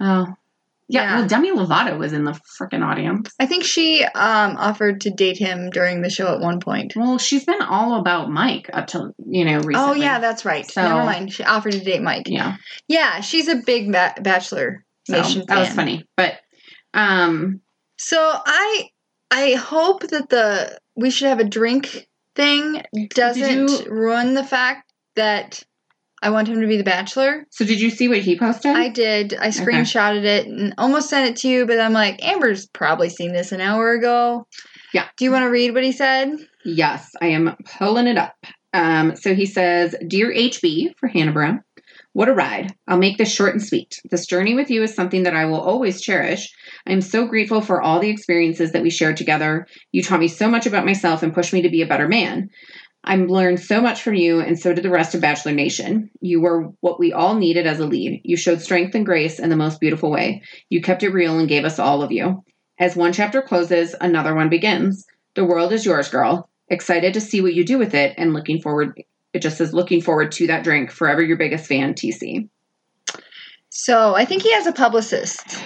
Speaker 2: Oh, yeah.
Speaker 1: Yeah.
Speaker 2: Well, Demi Lovato was in the freaking audience.
Speaker 1: I think she um, offered to date him during the show at one point.
Speaker 2: Well, she's been all about Mike up till you know recently.
Speaker 1: Oh yeah, that's right.
Speaker 2: So-
Speaker 1: Never mind. She offered to date Mike. Yeah,
Speaker 2: yeah.
Speaker 1: she's a big ba- Bachelor
Speaker 2: So
Speaker 1: Nation
Speaker 2: that was
Speaker 1: fan.
Speaker 2: funny, but um,
Speaker 1: So I I hope that the we should have a drink thing doesn't
Speaker 2: you-
Speaker 1: ruin the fact that I want him to be the Bachelor.
Speaker 2: so did you see what he posted?
Speaker 1: I did. I screenshotted it and almost sent it to you, but I'm like, Amber's probably seen this an hour ago.
Speaker 2: Yeah.
Speaker 1: Do you want to read what he said?
Speaker 2: Yes, I am pulling it up. Um, so he says, Dear HB for Hannah Brown, what a ride. I'll make this short and sweet. This journey with you is something that I will always cherish. I am so grateful for all the experiences that we shared together. You taught me so much about myself and pushed me to be a better man. I learned so much from you, and so did the rest of Bachelor Nation. You were what we all needed as a lead. You showed strength and grace in the most beautiful way. You kept it real and gave us all of you. As one chapter closes, another one begins. The world is yours, girl. Excited to see what you do with it and looking forward. It just says looking forward to that drink. Forever your biggest fan, TC.
Speaker 1: So I think he has a publicist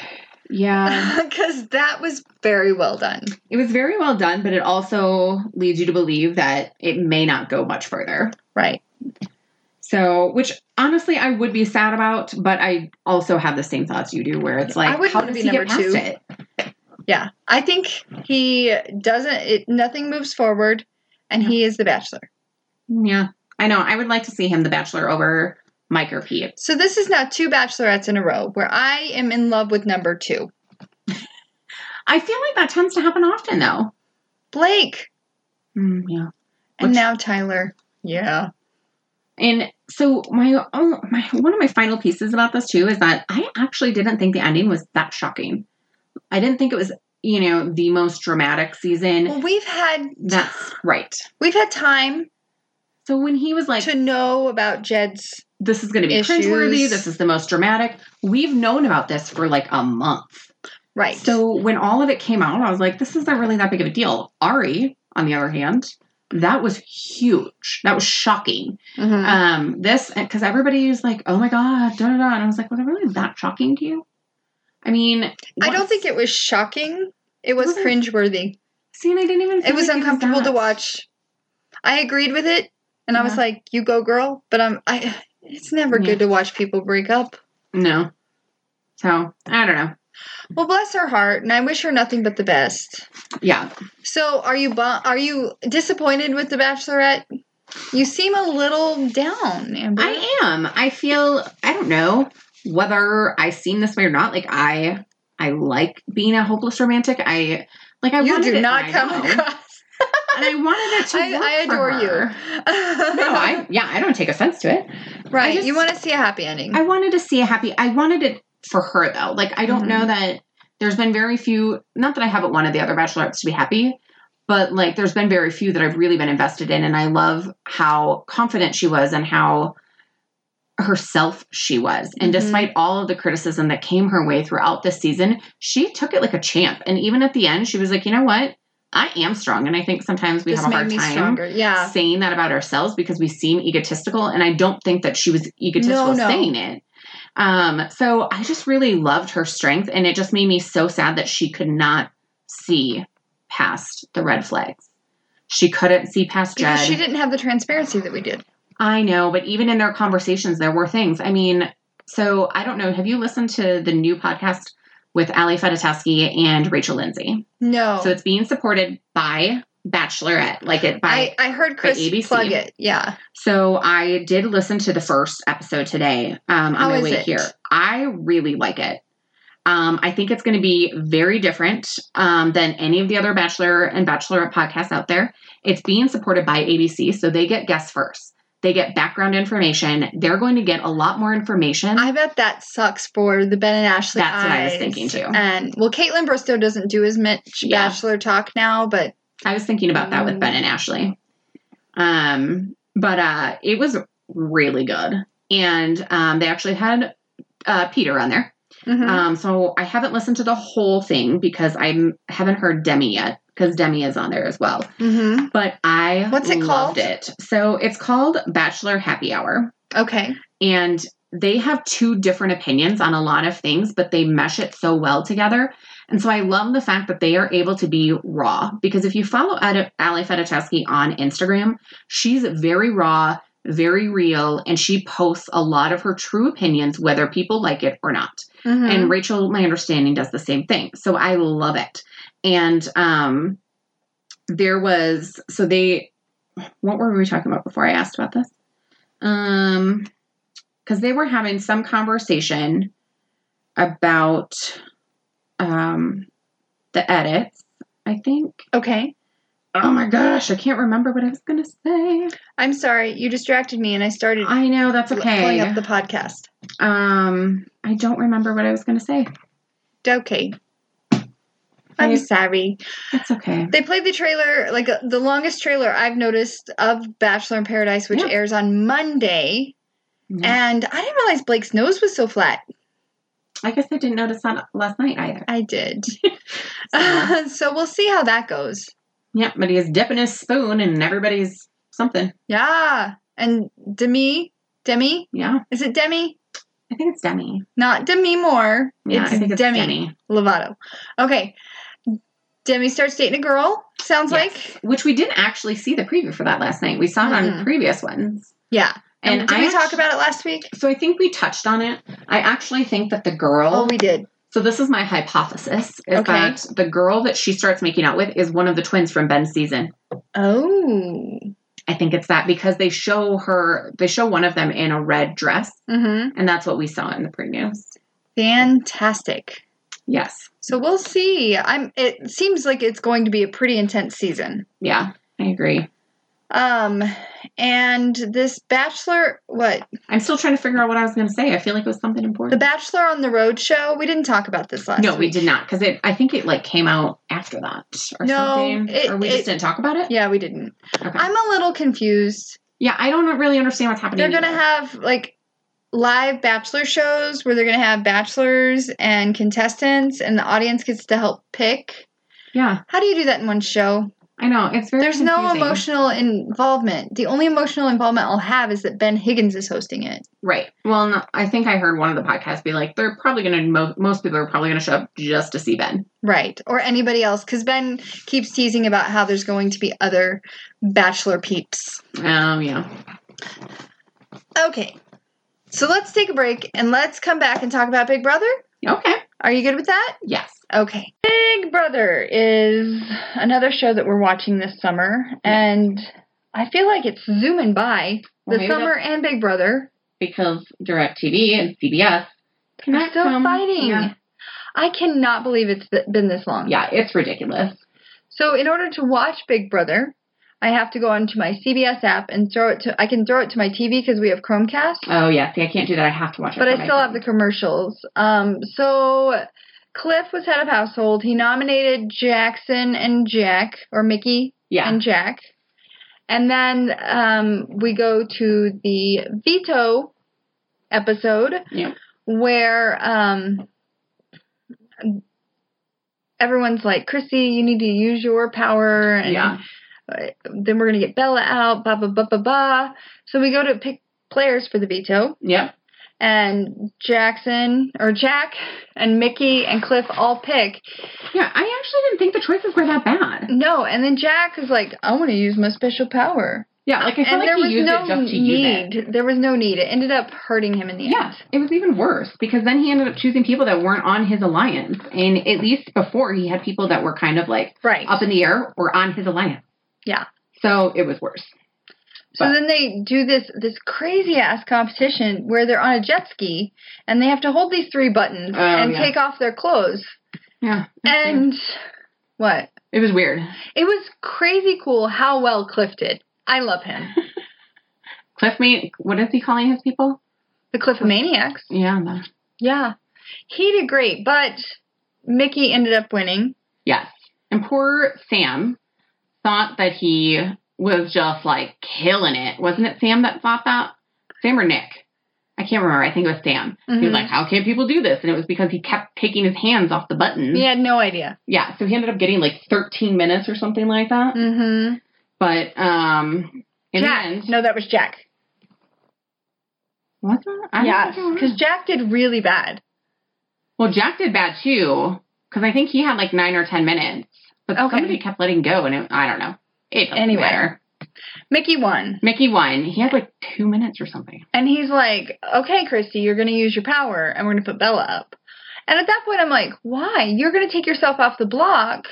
Speaker 2: Yeah.
Speaker 1: because that was very well done.
Speaker 2: It was very well done, but it also leads you to believe that it may not go much further.
Speaker 1: Right.
Speaker 2: So, which honestly, I would be sad about, but I also have the same thoughts you do, where it's
Speaker 1: I
Speaker 2: like,
Speaker 1: wouldn't
Speaker 2: how
Speaker 1: wanna
Speaker 2: does
Speaker 1: be
Speaker 2: he
Speaker 1: number
Speaker 2: get past
Speaker 1: two.
Speaker 2: it?
Speaker 1: Yeah. I think he doesn't, it, nothing moves forward and he is the bachelor.
Speaker 2: Yeah, I know. I would like to see him, The Bachelor, over Mike or Pete.
Speaker 1: So this is now two bachelorettes in a row where I am in love with number two.
Speaker 2: I feel like that tends to happen often, though.
Speaker 1: Blake
Speaker 2: Mm, yeah.
Speaker 1: and
Speaker 2: Which-
Speaker 1: now Tyler. Yeah.
Speaker 2: And so my, oh, my one of my final pieces about this too is that I actually didn't think the ending was that shocking. I didn't think it was, you know, the most dramatic season.
Speaker 1: Well, we've had
Speaker 2: That's right.
Speaker 1: we've had time
Speaker 2: So when he was like,
Speaker 1: to know about Jed's
Speaker 2: "This is going to be
Speaker 1: Issues.
Speaker 2: cringeworthy. This is the most dramatic," we've known about this for like a month.
Speaker 1: right.
Speaker 2: So when all of it came out, I was like, this isn't really that big of a deal. Ari, on the other hand, that was huge. That was shocking.
Speaker 1: Mhm.
Speaker 2: Um, this because everybody was like, oh my god, da da da, and I was like, was it really that shocking to you? I mean,
Speaker 1: I don't think it was shocking. It was
Speaker 2: Wasn't-
Speaker 1: cringeworthy.
Speaker 2: See, and I didn't even. feel
Speaker 1: It was
Speaker 2: like
Speaker 1: uncomfortable to
Speaker 2: that.
Speaker 1: watch. I agreed with it, and I was
Speaker 2: Yeah.
Speaker 1: like, "You go, girl." But I'm I. It's never
Speaker 2: Uh-huh. Yeah.
Speaker 1: good to watch people break up.
Speaker 2: No. So I don't know.
Speaker 1: Well, bless her heart, and I wish her nothing but the best.
Speaker 2: Yeah,
Speaker 1: So, are you bu- are you disappointed with the Bachelorette? You seem a little down, Amber.
Speaker 2: I am. I feel. I don't know whether I seem this way or not. Like I, I like being a hopeless romantic. I like. I
Speaker 1: you
Speaker 2: wanted
Speaker 1: do
Speaker 2: it-
Speaker 1: not
Speaker 2: I
Speaker 1: come
Speaker 2: know.
Speaker 1: across.
Speaker 2: and I wanted it to.
Speaker 1: I,
Speaker 2: work
Speaker 1: I
Speaker 2: for
Speaker 1: adore you.
Speaker 2: her. No, I yeah, I don't take offense to it.
Speaker 1: right.
Speaker 2: I just-
Speaker 1: you want to see a happy ending.
Speaker 2: I wanted to see a happy. I wanted it for her though. Like I don't
Speaker 1: Mhm.
Speaker 2: know that there's been very few. Not that I haven't wanted the other bachelorettes to be happy, but like there's been very few that I've really been invested in, and I love how confident she was and how herself she was. And
Speaker 1: Mhm.
Speaker 2: despite all of the criticism that came her way throughout this season, she took it like a champ. And even at the end, she was like, you know what? I am strong. And I think sometimes we
Speaker 1: this
Speaker 2: have a
Speaker 1: made
Speaker 2: hard
Speaker 1: me
Speaker 2: time
Speaker 1: stronger. Yeah.
Speaker 2: saying that about ourselves because we seem egotistical and i don't think that she was egotistical
Speaker 1: No, no.
Speaker 2: saying it um so i just really loved her strength and it just made me so sad that she could not see past the red flags she couldn't see past jed
Speaker 1: Because she didn't have the transparency that we did.
Speaker 2: i know but even in their conversations there were things i mean so i don't know have you listened to the new podcast with ali fedotowsky and rachel lindsay
Speaker 1: No.
Speaker 2: so it's being supported by bachelorette like it by
Speaker 1: I, I heard Chris
Speaker 2: ABC.
Speaker 1: plug it. Yeah.
Speaker 2: So I did listen to the first episode today um, on
Speaker 1: How
Speaker 2: my
Speaker 1: is
Speaker 2: way
Speaker 1: it?
Speaker 2: here. I really like it. Um, I think it's going to be very different um, than any of the other Bachelor and Bachelorette podcasts out there. It's being supported by ABC, so they get guests first. They get background information. They're going to get a lot more information.
Speaker 1: I bet that sucks for the Ben and Ashley.
Speaker 2: That's what I was
Speaker 1: eyes.
Speaker 2: thinking, too.
Speaker 1: And well, Caitlin Bristow doesn't do as much
Speaker 2: Yeah.
Speaker 1: bachelor talk now, but
Speaker 2: I was thinking about that with Ben and Ashley. Um, but uh, it was really good. And um, they actually had uh, Peter on there.
Speaker 1: mhm.
Speaker 2: Um, so I haven't listened to the whole thing because I m- haven't heard Demi yet because Demi is on there as well.
Speaker 1: Mhm.
Speaker 2: But I
Speaker 1: What's it
Speaker 2: loved
Speaker 1: called?
Speaker 2: it. So it's called Bachelor Happy Hour,
Speaker 1: okay.
Speaker 2: and they have two different opinions on a lot of things, but they mesh it so well together. And so I love the fact that they are able to be raw because if you follow Ad- Ali Fedotowsky on Instagram, she's very raw, very real, and she posts a lot of her true opinions, whether people like it or not
Speaker 1: Mhm.
Speaker 2: and Rachel, my understanding, does the same thing. So I love it. And um, there was so they what were we talking about before I asked about this? Um, because they were having some conversation about um the edits. I think.
Speaker 1: okay. Uh-huh.
Speaker 2: Oh my gosh, I can't remember what I was gonna say.
Speaker 1: I'm sorry, you distracted me, and I started
Speaker 2: I know that's
Speaker 1: l- pulling up
Speaker 2: okay.
Speaker 1: the podcast.
Speaker 2: Um, I don't remember what I was gonna say.
Speaker 1: Okay. I'm
Speaker 2: Yeah.
Speaker 1: sorry.
Speaker 2: That's okay.
Speaker 1: They played the trailer, like uh, the longest trailer I've noticed of Bachelor in Paradise, which
Speaker 2: Yeah.
Speaker 1: airs on Monday.
Speaker 2: Yeah.
Speaker 1: And I didn't realize Blake's nose was so flat.
Speaker 2: I guess I didn't notice that last night either.
Speaker 1: I did.
Speaker 2: So,
Speaker 1: so we'll see how that goes.
Speaker 2: yeah, but he's dipping his spoon and everybody's something.
Speaker 1: Yeah. And Demi, Demi,
Speaker 2: Yeah,
Speaker 1: is it Demi?
Speaker 2: I think it's Demi.
Speaker 1: Not Demi Moore.
Speaker 2: Yeah,
Speaker 1: it's,
Speaker 2: I think it's
Speaker 1: Demi,
Speaker 2: Demi.
Speaker 1: Lovato. Okay. Demi starts dating a girl. Sounds
Speaker 2: Yes.
Speaker 1: like.
Speaker 2: Which we didn't actually see the preview for that last night. We saw it
Speaker 1: Mm-mm.
Speaker 2: on previous ones.
Speaker 1: Yeah.
Speaker 2: And,
Speaker 1: And did
Speaker 2: I
Speaker 1: we talk
Speaker 2: actu-
Speaker 1: about it last week?
Speaker 2: So I think we touched on it. I actually think that the girl.
Speaker 1: Oh, we did.
Speaker 2: so this is my hypothesis: is
Speaker 1: Okay.
Speaker 2: that the girl that she starts making out with is one of the twins from Ben's season.
Speaker 1: Oh.
Speaker 2: I think it's that because they show her, they show one of them in a red dress,
Speaker 1: Mm-hmm.
Speaker 2: and that's what we saw in the previews.
Speaker 1: Fantastic.
Speaker 2: Yes.
Speaker 1: So we'll see. I'm. It seems like it's going to be a pretty intense season.
Speaker 2: Yeah, I agree.
Speaker 1: Um, and this Bachelor, what
Speaker 2: I'm still trying to figure out what I was going to say. I feel like it was something
Speaker 1: the
Speaker 2: important.
Speaker 1: Bachelor on the Road show? We didn't talk about this last.
Speaker 2: no, we
Speaker 1: week.
Speaker 2: did not because it. I think it like came out after that or
Speaker 1: No,
Speaker 2: something,
Speaker 1: it-
Speaker 2: or we
Speaker 1: it-
Speaker 2: just didn't talk about it.
Speaker 1: Yeah, we didn't.
Speaker 2: Okay.
Speaker 1: I'm a little confused.
Speaker 2: yeah, I don't really understand what's happening.
Speaker 1: They're gonna
Speaker 2: either.
Speaker 1: have like live Bachelor shows where they're gonna have bachelors and contestants, and the audience gets to help pick.
Speaker 2: Yeah,
Speaker 1: How do you do that in one show?
Speaker 2: I know it's very.
Speaker 1: There's no
Speaker 2: confusing.
Speaker 1: emotional involvement. The only emotional involvement I'll have is that Ben Higgins is hosting it.
Speaker 2: right? Well, no, I think I heard one of the podcasts be like, they're probably going to. Mo- most people are probably going to show up just to see Ben.
Speaker 1: Right. Or anybody else, because Ben keeps teasing about how there's going to be other Bachelor peeps.
Speaker 2: Um, yeah,
Speaker 1: Okay. So let's take a break and let's come back and talk about Big Brother.
Speaker 2: okay,
Speaker 1: Are you good with that?
Speaker 2: yes,
Speaker 1: Okay. Big Brother is another show that we're watching this summer, and I feel like it's zooming by.
Speaker 2: Well,
Speaker 1: the
Speaker 2: maybe
Speaker 1: summer and Big Brother.
Speaker 2: because Directv and CBS
Speaker 1: It's
Speaker 2: cannot
Speaker 1: so
Speaker 2: come-
Speaker 1: exciting.
Speaker 2: Yeah.
Speaker 1: I cannot believe it's th- been this long.
Speaker 2: yeah, it's ridiculous.
Speaker 1: So in order to watch Big Brother, I have to go onto my CBS app and throw it to I can throw it to my TV because we have Chromecast,
Speaker 2: Oh yeah, see, I can't do that. I have to watch it.
Speaker 1: but
Speaker 2: for
Speaker 1: I
Speaker 2: my
Speaker 1: still have
Speaker 2: phone.
Speaker 1: the commercials. Um so Cliff was head of household. He nominated Jackson and Jack or Mickey
Speaker 2: yeah.
Speaker 1: and Jack. And then um, we go to the veto episode
Speaker 2: Yeah.
Speaker 1: where um, everyone's like, Chrissy, you need to use your power. And
Speaker 2: yeah.
Speaker 1: then we're going to get Bella out, blah, blah, blah, blah, blah. So we go to pick players for the veto.
Speaker 2: Yep.
Speaker 1: And Jackson, or Jack, and Mickey and Cliff all pick.
Speaker 2: Yeah. I actually didn't think the choices were that bad.
Speaker 1: No, and then Jack is like, I want to use my special power.
Speaker 2: Yeah. Like I feel
Speaker 1: and
Speaker 2: like
Speaker 1: there
Speaker 2: he
Speaker 1: was
Speaker 2: used
Speaker 1: no
Speaker 2: it just to use it.
Speaker 1: need. There was no need. It ended up hurting him in the
Speaker 2: Yeah.
Speaker 1: end.
Speaker 2: It was even worse because then he ended up choosing people that weren't on his alliance, and at least before he had people that were kind of like
Speaker 1: Right.
Speaker 2: up in the air or on his alliance.
Speaker 1: Yeah.
Speaker 2: So it was worse.
Speaker 1: so
Speaker 2: but-
Speaker 1: then they do this this crazy ass competition where they're on a jet ski and they have to hold these three buttons
Speaker 2: Oh,
Speaker 1: and
Speaker 2: yeah.
Speaker 1: take off their clothes.
Speaker 2: Yeah.
Speaker 1: And what?
Speaker 2: it was weird.
Speaker 1: It was crazy cool how well Cliff did. I love him.
Speaker 2: Cliff, me, what is he calling his people?
Speaker 1: The Cliffomaniacs.
Speaker 2: Yeah. The,
Speaker 1: Yeah. He did great, but Mickey ended up winning.
Speaker 2: yes. And poor Sam thought that he was just like killing it. Wasn't it Sam that thought that? Sam or Nick? I can't remember. I think it was Sam. He
Speaker 1: Mhm.
Speaker 2: was like, "How can people do this?" And it was because he kept taking his hands off the buttons.
Speaker 1: he had no idea.
Speaker 2: Yeah, So he ended up getting like 13 minutes or something like that.
Speaker 1: Mm-hmm.
Speaker 2: But um, in
Speaker 1: Jack.
Speaker 2: the end,
Speaker 1: No, that was Jack.
Speaker 2: was it? I don't
Speaker 1: Yes,
Speaker 2: think it was.
Speaker 1: because Jack did really bad.
Speaker 2: well, Jack did bad too because I think he had like nine or 10 minutes, but
Speaker 1: Okay.
Speaker 2: somebody kept letting go, and it, I don't know. It doesn't
Speaker 1: Anyway.
Speaker 2: matter.
Speaker 1: Mickey won,
Speaker 2: Mickey won. He had like two minutes or something.
Speaker 1: and he's like, "Okay, Christy, you're going to use your power, and we're going to put Bella up." And at that point, I'm like, "Why? You're going to take yourself off the block?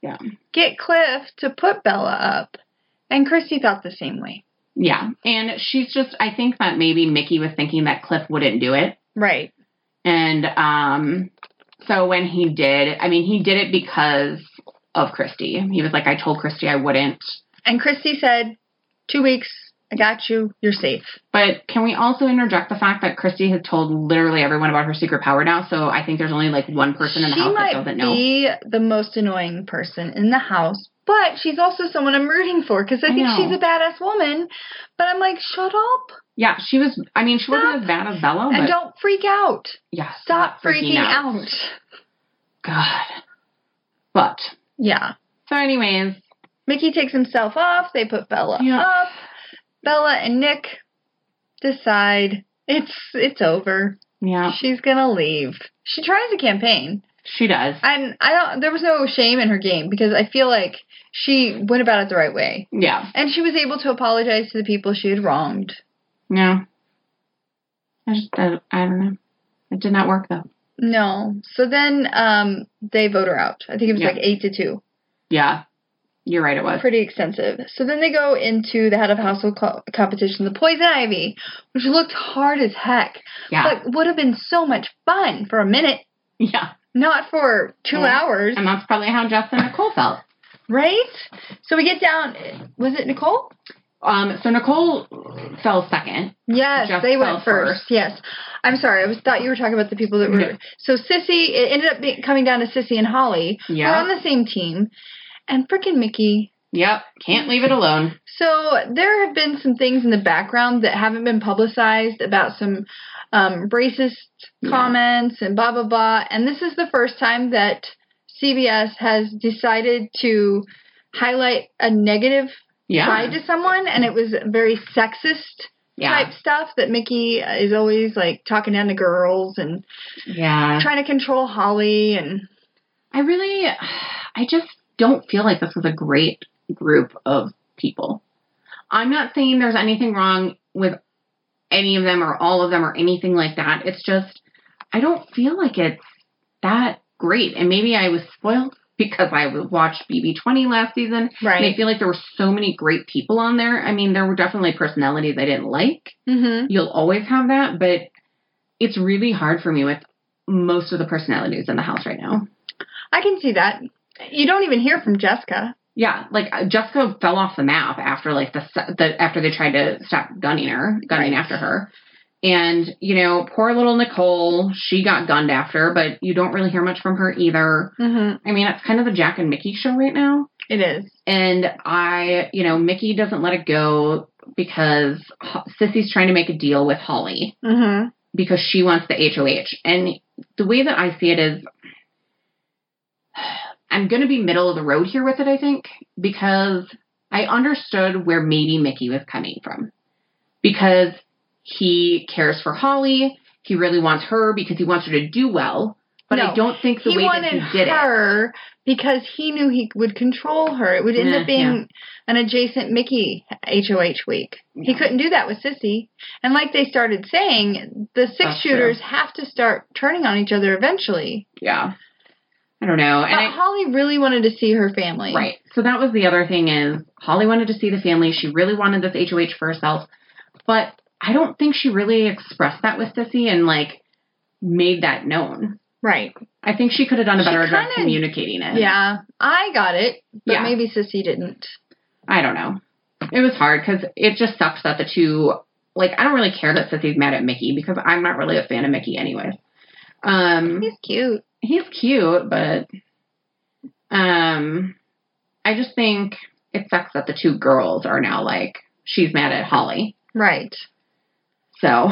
Speaker 2: Yeah.
Speaker 1: Get Cliff to put Bella up." And Christy thought the same way.
Speaker 2: Yeah, and she's just. I think that maybe Mickey was thinking that Cliff wouldn't do it.
Speaker 1: Right.
Speaker 2: And um, so when he did, I mean, he did it because of Christy. He was like, I told Christy I wouldn't.
Speaker 1: And Christy said, two weeks, I got you. You're safe.
Speaker 2: But can we also interject the fact that Christy has told literally everyone about her secret power now? So I think there's only like one person in the
Speaker 1: she
Speaker 2: house that
Speaker 1: might
Speaker 2: doesn't know.
Speaker 1: be the most annoying person in the house, but she's also someone I'm rooting for because I,
Speaker 2: I
Speaker 1: think
Speaker 2: know. Oh
Speaker 1: she's a badass woman. But I'm like, shut up
Speaker 2: Yeah, she was. I mean, she wasn't
Speaker 1: Stop.
Speaker 2: as bad as Bella,
Speaker 1: and
Speaker 2: but
Speaker 1: don't freak out.
Speaker 2: yeah,
Speaker 1: Stop
Speaker 2: not
Speaker 1: freaking out.
Speaker 2: God. But
Speaker 1: Yeah.
Speaker 2: so, anyways,
Speaker 1: Mickey takes himself off. They put Bella
Speaker 2: Yeah.
Speaker 1: up. Bella and Nick decide it's it's over.
Speaker 2: yeah,
Speaker 1: She's gonna leave. She tries to campaign,
Speaker 2: she does.
Speaker 1: and I don't. There was no shame in her game because I feel like she went about it the right way,
Speaker 2: yeah,
Speaker 1: and she was able to apologize to the people she had wronged.
Speaker 2: no. I just, I, I don't know. It did not work though.
Speaker 1: No. So then um, they vote her out. I think it was
Speaker 2: Yeah.
Speaker 1: like eight to two.
Speaker 2: Yeah, you're right. It was.
Speaker 1: Pretty extensive. So then they go into the head of household co- competition, the poison ivy, which looked hard as heck.
Speaker 2: Yeah,
Speaker 1: But would have been so much fun for a minute,
Speaker 2: yeah.
Speaker 1: not for two
Speaker 2: Yeah. Um,
Speaker 1: hours,
Speaker 2: And that's probably how Jess and Nicole felt.
Speaker 1: right? So we get down. Was it Nicole?
Speaker 2: Um, so Nicole fell second.
Speaker 1: Yes,
Speaker 2: Jeff
Speaker 1: they
Speaker 2: fell
Speaker 1: went first.
Speaker 2: first.
Speaker 1: Yes, I'm sorry. I was thought you were talking about the people that were.
Speaker 2: No.
Speaker 1: So Sissy, it ended up being, coming down to Sissy and Holly.
Speaker 2: Yeah.
Speaker 1: we're on the same team, and frickin' Mickey
Speaker 2: Yep, can't leave it alone.
Speaker 1: So there have been some things in the background that haven't been publicized about some um, racist
Speaker 2: Yeah.
Speaker 1: comments and blah blah blah. And this is the first time that CBS has decided to highlight a negative
Speaker 2: Yeah,
Speaker 1: side to someone, and it was very sexist
Speaker 2: yeah,
Speaker 1: type stuff that Mickey is always like talking down to girls and
Speaker 2: yeah.
Speaker 1: trying to control Holly and
Speaker 2: I really, I just don't feel like this is a great group of people. I'm not saying there's anything wrong with any of them or all of them or anything like that. It's just, I don't feel like it's that great. And maybe I was spoiled because I watched BB20 last season. And I
Speaker 1: right.
Speaker 2: feel like there were so many great people on there. I mean, there were definitely personalities I didn't like.
Speaker 1: Mm-hmm.
Speaker 2: You'll always have that, but it's really hard for me with most of the personalities in the house right now.
Speaker 1: I can see that. You don't even hear from Jessica.
Speaker 2: Yeah, like uh, Jessica fell off the map after like the, se- the after they tried to stop gunning her, gunning
Speaker 1: Right.
Speaker 2: after her. And, you know, poor little Nicole, she got gunned after, but you don't really hear much from her either.
Speaker 1: Mm-hmm.
Speaker 2: I mean, it's kind of the Jack and Mickey show right now.
Speaker 1: It is.
Speaker 2: And I, you know, Mickey doesn't let it go because Ho- Sissy's trying to make a deal with Holly
Speaker 1: Mm-hmm.
Speaker 2: because she wants the HOH. And the way that I see it is, I'm going to be middle of the road here with it, I think, because I understood where maybe Mickey was coming from. Because he cares for Holly, he really wants her because he wants her to do well. But I
Speaker 1: No,
Speaker 2: don't think the
Speaker 1: he
Speaker 2: way that
Speaker 1: wanted
Speaker 2: he did
Speaker 1: her because he knew he would control her. It would end
Speaker 2: Mm-hmm. Yeah,
Speaker 1: up being an adjacent Mickey HOH week. He
Speaker 2: Yeah.
Speaker 1: couldn't do that with Sissy. And like they started saying, the six
Speaker 2: That's
Speaker 1: shooters have to start turning on each other eventually.
Speaker 2: it, yeah, I don't know.
Speaker 1: but
Speaker 2: And I,
Speaker 1: Holly really wanted to see her family.
Speaker 2: Right. So that was the other thing is Holly wanted to see the family. She really wanted this HOH for herself. But I don't think she really expressed that with Sissy and like made that known.
Speaker 1: Right.
Speaker 2: I think she could have done a
Speaker 1: She
Speaker 2: better job
Speaker 1: kinda-
Speaker 2: communicating it.
Speaker 1: Yeah. I got it, but
Speaker 2: Yeah.
Speaker 1: maybe Sissy didn't.
Speaker 2: I don't know. It was hard because it just sucks that the two like I don't really care that Sissy's mad at Mickey because I'm not really a fan of Mickey anyways. Um
Speaker 1: He's cute.
Speaker 2: he's cute, but um, I just think it sucks that the two girls are now like she's mad at Holly.
Speaker 1: Right.
Speaker 2: So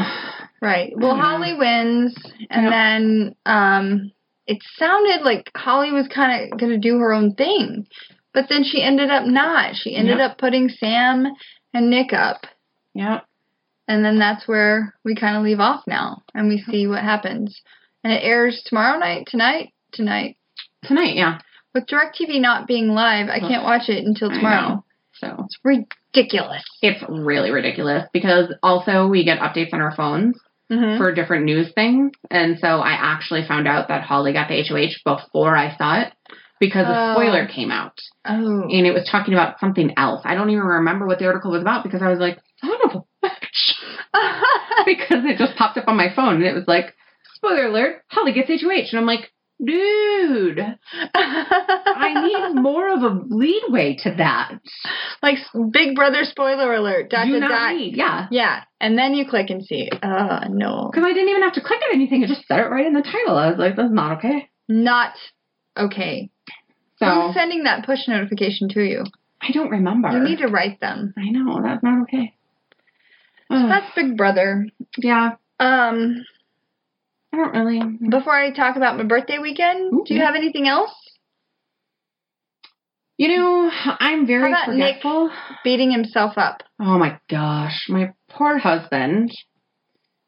Speaker 1: Right. Well,
Speaker 2: Mhm.
Speaker 1: Holly wins, and
Speaker 2: Yep.
Speaker 1: then um, it sounded like Holly was kind of going to do her own thing, but then she ended up not. She ended up putting Sam and Nick up,
Speaker 2: yeah,
Speaker 1: and then that's where we kind of leave off now, and we see what happens. And it airs tomorrow night, tonight, tonight.
Speaker 2: tonight, yeah,
Speaker 1: With DirecTV not being live, I can't watch it until
Speaker 2: I
Speaker 1: tomorrow.
Speaker 2: know. So
Speaker 1: It's ridiculous.
Speaker 2: it's really ridiculous because also we get updates on our phones
Speaker 1: Mm-hmm.
Speaker 2: for different news things, and so I actually found out that Holly got the HOH before I saw it because a
Speaker 1: Oh.
Speaker 2: spoiler came out
Speaker 1: Oh.
Speaker 2: and it was talking about something else. I don't even remember what the article was about because I was like, son of a bitch. because it just popped up on my phone and it was like, spoiler alert, Holly gets HOH. And I'm like, dude, I
Speaker 1: I
Speaker 2: need more of a leadway to that.
Speaker 1: like Big Brother spoiler alert. Dot
Speaker 2: Do
Speaker 1: dot
Speaker 2: not
Speaker 1: dot.
Speaker 2: need, yeah.
Speaker 1: Yeah, and then you click and see. Uh, no,
Speaker 2: Because I didn't even have to click on anything; it just said it right in the title. I was like, "That's not okay."
Speaker 1: not okay.
Speaker 2: So
Speaker 1: Who's sending that push notification to you?
Speaker 2: I don't remember.
Speaker 1: You need to write them.
Speaker 2: I know that's not okay. Ugh,
Speaker 1: That's Big Brother.
Speaker 2: yeah,
Speaker 1: Um,
Speaker 2: I don't really.
Speaker 1: before I talk about my birthday weekend,
Speaker 2: Ooh,
Speaker 1: do you
Speaker 2: yeah.
Speaker 1: have anything else?
Speaker 2: You know, I'm very
Speaker 1: How about Nick?
Speaker 2: forgetful.
Speaker 1: Beating himself up.
Speaker 2: Oh my gosh, my poor husband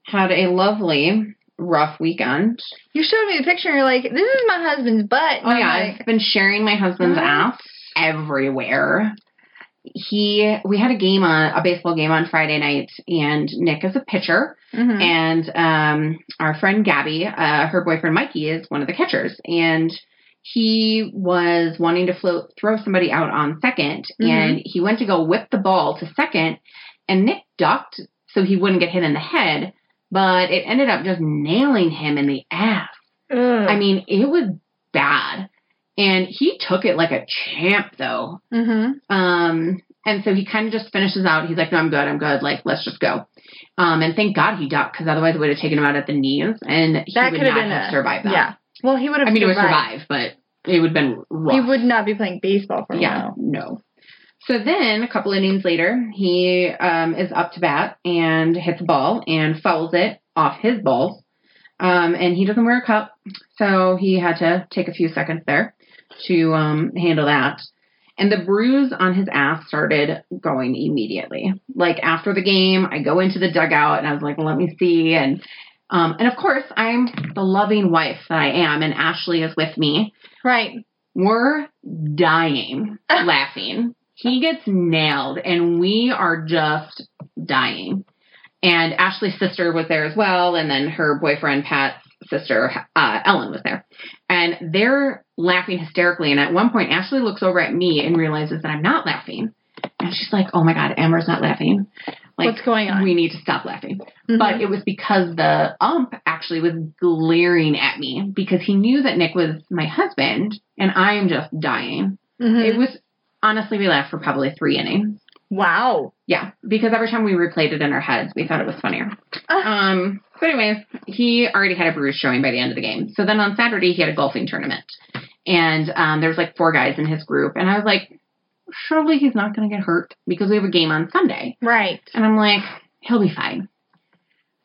Speaker 2: had a lovely rough weekend.
Speaker 1: You showed me the picture and you're like, this is my husband's butt. And
Speaker 2: Oh
Speaker 1: I'm
Speaker 2: yeah,
Speaker 1: like,
Speaker 2: I've been sharing my husband's
Speaker 1: What?
Speaker 2: ass everywhere. He we had a game on a baseball game on Friday night and Nick is a pitcher
Speaker 1: mhm.
Speaker 2: and um our friend Gabby, uh her boyfriend Mikey is one of the catchers and he was wanting to float throw somebody out on 2nd
Speaker 1: Mhm.
Speaker 2: and he went to go whip the ball to second and Nick ducked so he wouldn't get hit in the head but it ended up just nailing him in the ass.
Speaker 1: Ugh.
Speaker 2: I mean, it was bad. And he took it like a champ though.
Speaker 1: Mhm.
Speaker 2: Um and so he kind of just finishes out. He's like, "No, I'm good. I'm good. Like, let's just go." Um and thank God he ducked cuz otherwise it would have taken him out at the knees and he
Speaker 1: That
Speaker 2: would
Speaker 1: could have
Speaker 2: not
Speaker 1: been
Speaker 2: have
Speaker 1: a-
Speaker 2: survived that.
Speaker 1: Yeah. Well, he would have.
Speaker 2: I mean, it would
Speaker 1: survived.
Speaker 2: survive, but it would have been rough.
Speaker 1: He would not be playing baseball for a
Speaker 2: Yeah,
Speaker 1: while.
Speaker 2: no. So then, a couple innings later, he um, is up to bat and hits a ball and fouls it off his balls. Um, and he doesn't wear a cup, so he had to take a few seconds there to um, handle that. And the bruise on his ass started going immediately. Like after the game, I go into the dugout and I was like, "Let me see." And um, and of course, I'm the loving wife that I am, and Ashley is with me
Speaker 1: Right.
Speaker 2: we're dying laughing. He gets nailed, and we are just dying. And Ashley's sister was there as well, and then her boyfriend Pat's sister uh, Ellen was there, and they're laughing hysterically. And at one point, Ashley looks over at me and realizes that I'm not laughing, and she's like, "Oh my God, Amber's not laughing. Like,
Speaker 1: What's going on?
Speaker 2: we need to stop laughing."
Speaker 1: Mhm.
Speaker 2: but it was because the ump actually was glaring at me because he knew that Nick was my husband and I am just dying.
Speaker 1: Mhm.
Speaker 2: It was honestly, we laughed for probably three innings.
Speaker 1: wow.
Speaker 2: Yeah, because every time we replayed it in our heads, we thought it was funnier. Um, but anyways, he already had a bruise showing by the end of the game. So then on Saturday, he had a golfing tournament, and um, there was like four guys in his group, and I was like, surely he's not going to get hurt because we have a game on Sunday.
Speaker 1: Right.
Speaker 2: And I'm like, he'll be fine.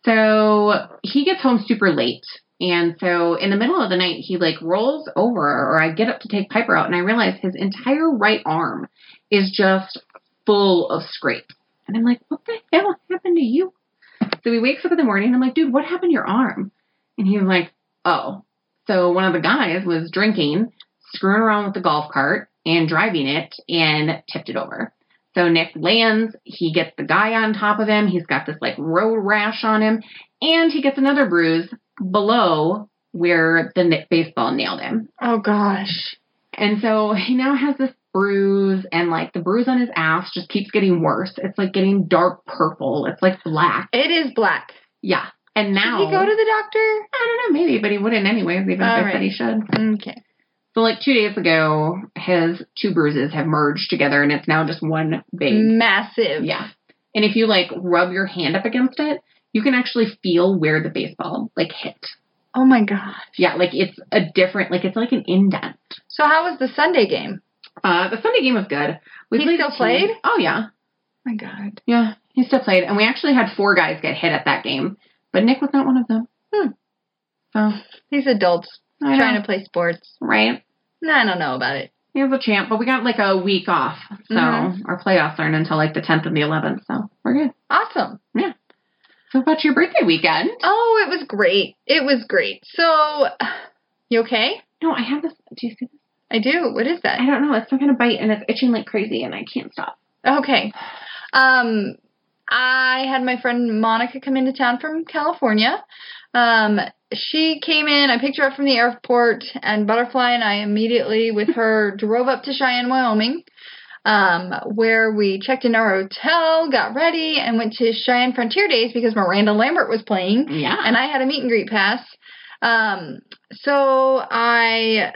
Speaker 2: So he gets home super late. And so in the middle of the night, he like rolls over, or I get up to take Piper out, and I realize his entire right arm is just full of scrapes. And I'm like, what the hell happened to you? So he wakes up in the morning, and I'm like, dude, what happened to your arm? And he was like, oh. So one of the guys was drinking, screwing around with the golf cart, and driving it, and tipped it over. So Nick lands, he gets the guy on top of him, he's got this like road rash on him, and he gets another bruise below where the ni- baseball nailed him.
Speaker 1: Oh gosh.
Speaker 2: And so he now has this bruise, and like the bruise on his ass just keeps getting worse. It's like getting dark purple, it's like black.
Speaker 1: It is black.
Speaker 2: Yeah. And now,
Speaker 1: Did he go to the
Speaker 2: I don't know, maybe, but he wouldn't anyways, even if I
Speaker 1: Alright.
Speaker 2: said he should.
Speaker 1: doctor? Okay.
Speaker 2: So, like two days ago, his two bruises have merged together, and it's now just one big
Speaker 1: Massive.
Speaker 2: Yeah. And if you like rub your hand up against it, you can actually feel where the baseball like hit.
Speaker 1: Oh my god.
Speaker 2: Yeah, like it's a different like it's like an indent.
Speaker 1: So how was the Sunday game?
Speaker 2: Uh the Sunday game was good.
Speaker 1: He still
Speaker 2: two-
Speaker 1: played?
Speaker 2: Oh yeah.
Speaker 1: Oh my god.
Speaker 2: Yeah. He still played. And we actually had four guys get hit at that game. But Nick was not one of them.
Speaker 1: Hmm.
Speaker 2: So
Speaker 1: These adults
Speaker 2: I
Speaker 1: trying
Speaker 2: know,
Speaker 1: to play sports.
Speaker 2: right.
Speaker 1: Nah, I don't know about it.
Speaker 2: He was a champ, but we got like a week off. So
Speaker 1: Mhm.
Speaker 2: our playoffs aren't until like the tenth and the eleventh, so we're good.
Speaker 1: Awesome.
Speaker 2: So about your birthday weekend?
Speaker 1: Oh, it was great. It was great. So, you okay?
Speaker 2: No, I have this do you see
Speaker 1: I do. What is that?
Speaker 2: I don't know. It's some kind of bite and it's itching like crazy and I can't stop.
Speaker 1: Okay. Um, I had my friend Monica come into town from California. Um, she came in, I picked her up from the airport, and Butterfly and I immediately, with her, drove up to Cheyenne, Wyoming, um, where we checked in our hotel, got ready, and went to Cheyenne Frontier Days because Miranda Lambert was playing
Speaker 2: Yeah.
Speaker 1: and I had a meet and greet pass. Um, so I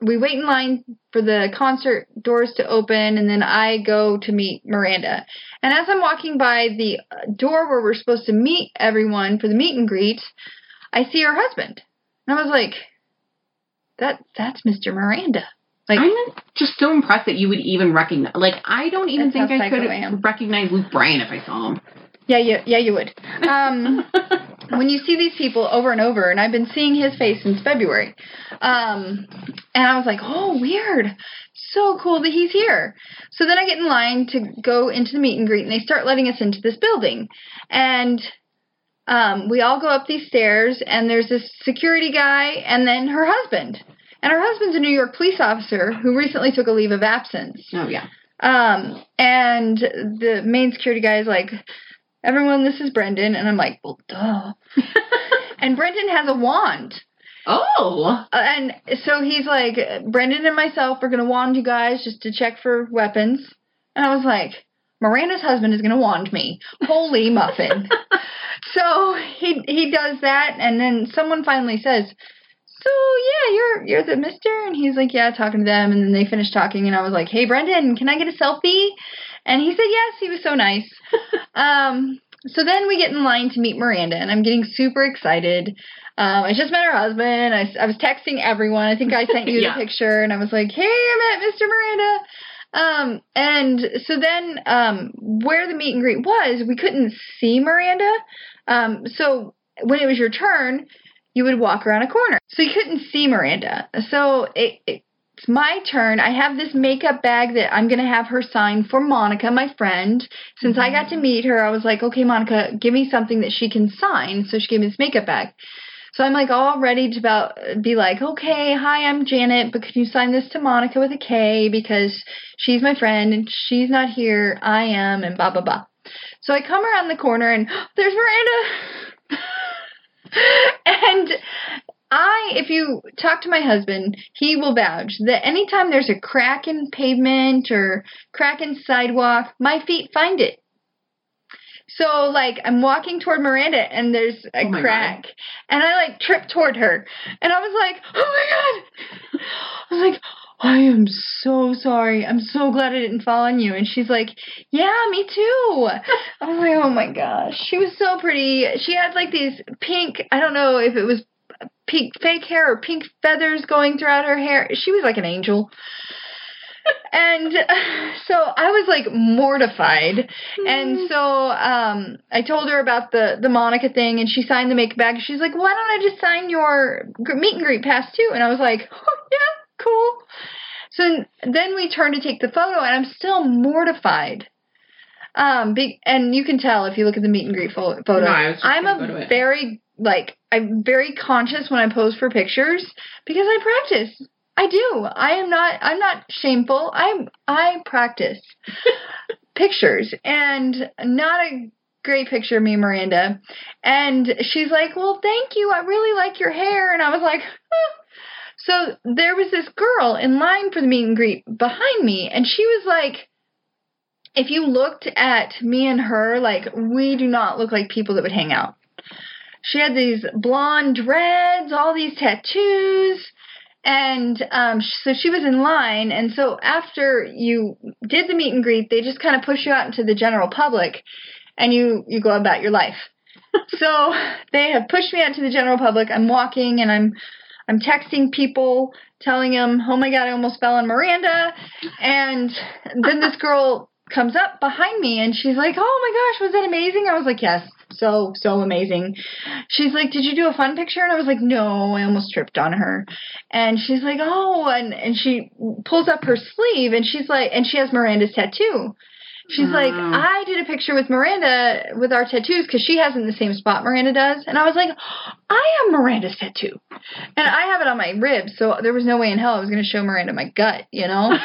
Speaker 1: we wait in line for the concert doors to open, and then I go to meet Miranda. And as I'm walking by the door where we're supposed to meet everyone for the meet and greet, I see her husband, and I was like, "That that's Mr. Miranda." Like,
Speaker 2: I'm just so impressed that you would even recognize. Like, I don't even
Speaker 1: That's
Speaker 2: think
Speaker 1: how
Speaker 2: I
Speaker 1: psycho I am.
Speaker 2: could recognize Luke Bryan if I saw him.
Speaker 1: yeah, yeah, yeah, you would. Um, when you see these people over and over, and I've been seeing his face since February, um, and I was like, oh, weird. So cool that he's here. So then I get in line to go into the meet and greet, and they start letting us into this building. And um, we all go up these stairs, and there's this security guy, and then her husband. And her husband's a New York police officer who recently took a leave of absence.
Speaker 2: oh yeah.
Speaker 1: Um, and the main security guy is like, everyone, this is Brendan. And I'm like, well, duh. and Brendan has a wand.
Speaker 2: Oh.
Speaker 1: Uh, and so he's like, Brendan and myself are going to wand you guys just to check for weapons. And I was like, Miranda's husband is going to wand me. Holy muffin. so he he does that and then someone finally says, "So yeah, you're you're the mister." And he's like, "Yeah, talking to them." And then they finish talking and I was like, "Hey Brendan, can I get a selfie?" And he said, "Yes." He was so nice. um so then we get in line to meet Miranda, and I'm getting super excited. Um, I just met her husband. I, s- I was texting everyone. I think I sent you
Speaker 2: Yeah.
Speaker 1: the picture, and I was like, "Hey, I met Mr. Miranda." Um, and so then, um, where the meet and greet was, we couldn't see Miranda. Um, so when it was your turn, you would walk around a corner. So you couldn't see Miranda. So it, it, it's my turn. I have this makeup bag that I'm going to have her sign for Monica, my friend. Since I got to meet her, I was like, okay, Monica, give me something that she can sign. So she gave me this makeup bag. So I'm like all ready to about uh, be like, okay, hi, I'm Janet, but can you sign this to Monica with a K because she's my friend and she's not here, I am, and blah blah blah. So I come around the corner and there's Miranda. and I, if you talk to my husband, he will vouch that anytime there's a crack in pavement or crack in sidewalk, my feet find it. So like I'm walking toward Miranda and there's a
Speaker 2: Oh my God.
Speaker 1: crack, and I like trip toward her, and I was like, oh my god, I was like. I am so sorry. I'm so glad I didn't fall on you. And she's like, Yeah, me too. I was like, Oh my gosh. She was so pretty. She had like these pink, I don't know if it was pink fake hair or pink feathers going throughout her hair. She was like an angel. and so I was like mortified.
Speaker 2: Hmm.
Speaker 1: And so um, I told her about the the Monica thing, and she signed the makeup bag. She's like, "Why don't I just sign your gr- meet and greet pass too?" And I was like, oh, "Yeah, cool." So then we turned to take the photo, and I'm still mortified. Um, be, and you can tell if you look at the meet and greet pho- photo.
Speaker 2: No, I was just
Speaker 1: I'm
Speaker 2: gonna go to
Speaker 1: a
Speaker 2: it.
Speaker 1: very like I'm very conscious when I pose for pictures because I practice. I do. I am not. I'm not shameful. I'm. I practice pictures and not a great picture of me and Miranda. And she's like, "Well, thank you. I really like your hair." And I was like, "Huh." "So there was this girl in line for the meet and greet behind me, and she was like." If you looked at me and her, like, we do not look like people that would hang out. She had these blonde dreads, all these tattoos, and um, sh- so she was in line. And so after you did the meet and greet, they just kind of push you out into the general public, and you you go about your life. so they have pushed me out to the general public. I'm walking and I'm I'm texting people, telling them, "Oh my god, I almost fell on Miranda," and then this girl comes up behind me and she's like, "Oh my gosh, was that amazing?" I was like, "Yes." So, so amazing. She's like, Did you do a fun picture? And I was like, No, I almost tripped on her. And she's like, Oh, and, and she pulls up her sleeve and she's like, And she has Miranda's tattoo. She's like,
Speaker 2: Wow.
Speaker 1: I did a picture with Miranda with our tattoos because she has it in the same spot Miranda does. And I was like, I have Miranda's tattoo. And I have it on my ribs, so there was no way in hell I was going to show Miranda my gut, you know?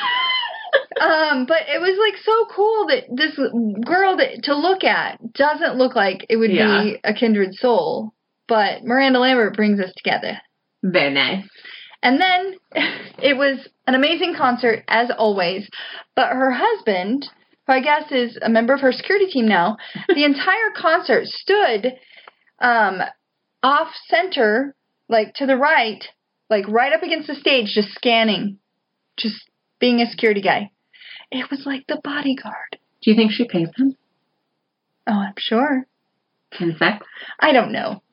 Speaker 1: um, but it was like so cool that this girl that to look at doesn't look like it would
Speaker 2: Yeah.
Speaker 1: be a kindred soul. But Miranda Lambert brings us together.
Speaker 2: Very nice.
Speaker 1: And then it was an amazing concert as always. But her husband, who I guess is a member of her security team now, the entire concert stood um, off center like to the right, like right up against the stage, just scanning, just being a security guy. It was like the bodyguard.
Speaker 2: Do you think she pays them
Speaker 1: Oh, I'm sure.
Speaker 2: in sex?
Speaker 1: I don't know.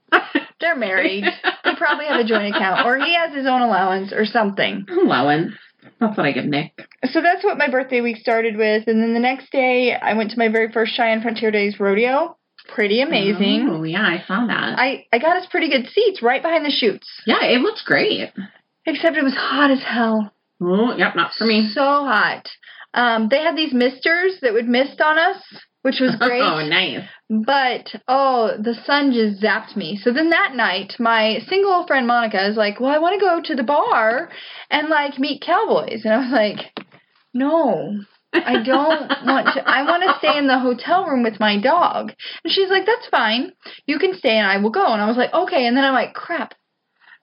Speaker 1: They're married. they probably have a joint account, or he has his own allowance or something.
Speaker 2: Allowance. That's what I give Nick.
Speaker 1: So that's what my birthday week started with. And then the next day, I went to my very first Cheyenne Frontier Days rodeo. Pretty amazing.
Speaker 2: Oh yeah, I saw that.
Speaker 1: I, I got us pretty good seats right behind the chutes.
Speaker 2: yeah, it looked great.
Speaker 1: Except it was hot as hell.
Speaker 2: Oh, yep, not for me.
Speaker 1: So hot. Um, they had these misters that would mist on us, which was great.
Speaker 2: Oh, nice.
Speaker 1: But oh, the sun just zapped me. So then that night, my single friend Monica is like, "Well, I want to go to the bar and like meet cowboys," and I was like, "No." I don't want to. I want to stay in the hotel room with my dog. And she's like, "That's fine. You can stay, and I will go." And I was like, "Okay." And then I'm like, "Crap,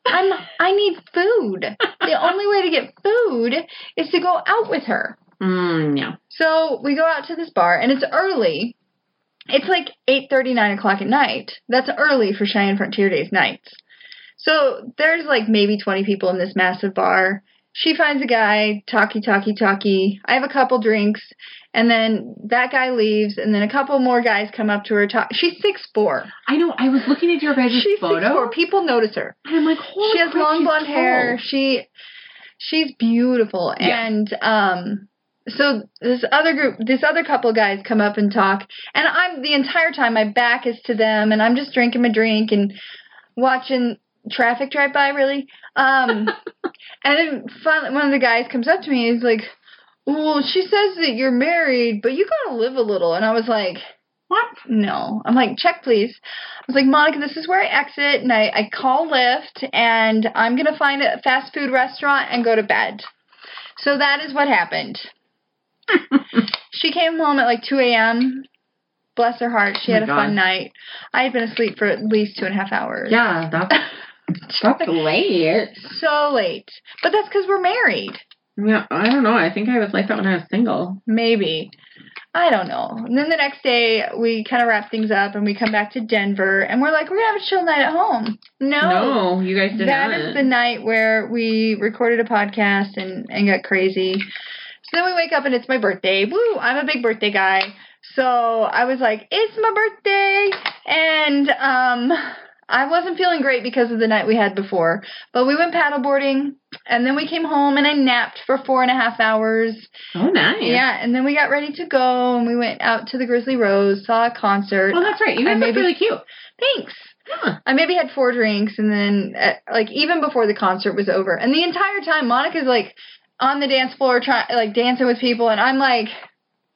Speaker 1: I'm. I need food. The only way to get food is to go out with her."
Speaker 2: Mm, yeah.
Speaker 1: So we go out to this bar, and it's early. It's like eight thirty, nine o'clock at night. That's early for Cheyenne Frontier Days nights. So there's like maybe 20 people in this massive bar. She finds a guy, talkie, talkie, talkie. I have a couple drinks, and then that guy leaves, and then a couple more guys come up to her. Talk. She's six four.
Speaker 2: I know. I was looking at your guys'
Speaker 1: She's six
Speaker 2: photo,
Speaker 1: four. People notice her
Speaker 2: and I'm like, holy
Speaker 1: she has
Speaker 2: crap,
Speaker 1: long
Speaker 2: she's
Speaker 1: blonde hair.
Speaker 2: tall.
Speaker 1: She she's beautiful.
Speaker 2: Yeah.
Speaker 1: And um so this other group this other couple guys come up and talk and I'm the entire time my back is to them and I'm just drinking my drink and watching traffic drive by really. Um and then finally one of the guys comes up to me and he's like, Well, she says that you're married, but you gotta live a little and I was like
Speaker 2: What?
Speaker 1: no. I'm like, check, please. I was like, Monica, this is where I exit, and I, I call Lyft, and I'm going to find a fast food restaurant and go to bed. So that is what happened. she came home at like 2 a.m. Bless her heart. She
Speaker 2: Oh my
Speaker 1: had a
Speaker 2: God.
Speaker 1: fun night. I had been asleep for at least two and a half hours.
Speaker 2: Yeah, that's that's late.
Speaker 1: So late. But that's because we're married.
Speaker 2: Yeah, I don't know. I think I was like that when I was single.
Speaker 1: Maybe. I don't know. And then the next day, we kind of wrap things up and we come back to Denver and we're like, we're going to have a chill night at home.
Speaker 2: No, you guys did
Speaker 1: That
Speaker 2: not.
Speaker 1: is the night where we recorded a podcast and, and got crazy. So then we wake up and it's my birthday. Woo! I'm a big birthday guy. So I was like, it's my birthday. And um, I wasn't feeling great because of the night we had before. But we went paddleboarding and then we came home and I napped for four and a half hours.
Speaker 2: oh, nice.
Speaker 1: Yeah. and then we got ready to go and we went out to the Grizzly Rose, saw a concert.
Speaker 2: Oh, that's right. You
Speaker 1: I
Speaker 2: guys look
Speaker 1: maybe-
Speaker 2: really cute.
Speaker 1: Thanks.
Speaker 2: Huh.
Speaker 1: I maybe had four drinks, and then uh, like even before the concert was over, and the entire time Monica's like on the dance floor, trying like dancing with people, and I'm like,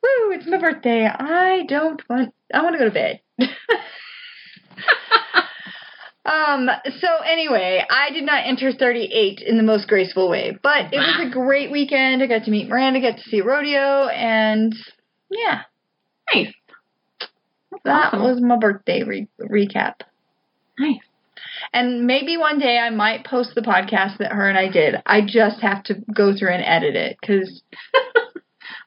Speaker 1: "Woo, it's my birthday. I don't want. I want to go to bed." um. So anyway, I did not enter 38 in the most graceful way, but it was a great weekend. I got to meet Miranda, got to see rodeo, and yeah,
Speaker 2: Nice.
Speaker 1: that
Speaker 2: Awesome.
Speaker 1: was my birthday re- recap.
Speaker 2: Nice.
Speaker 1: And maybe one day I might post the podcast that her and I did. I just have to go through and edit it because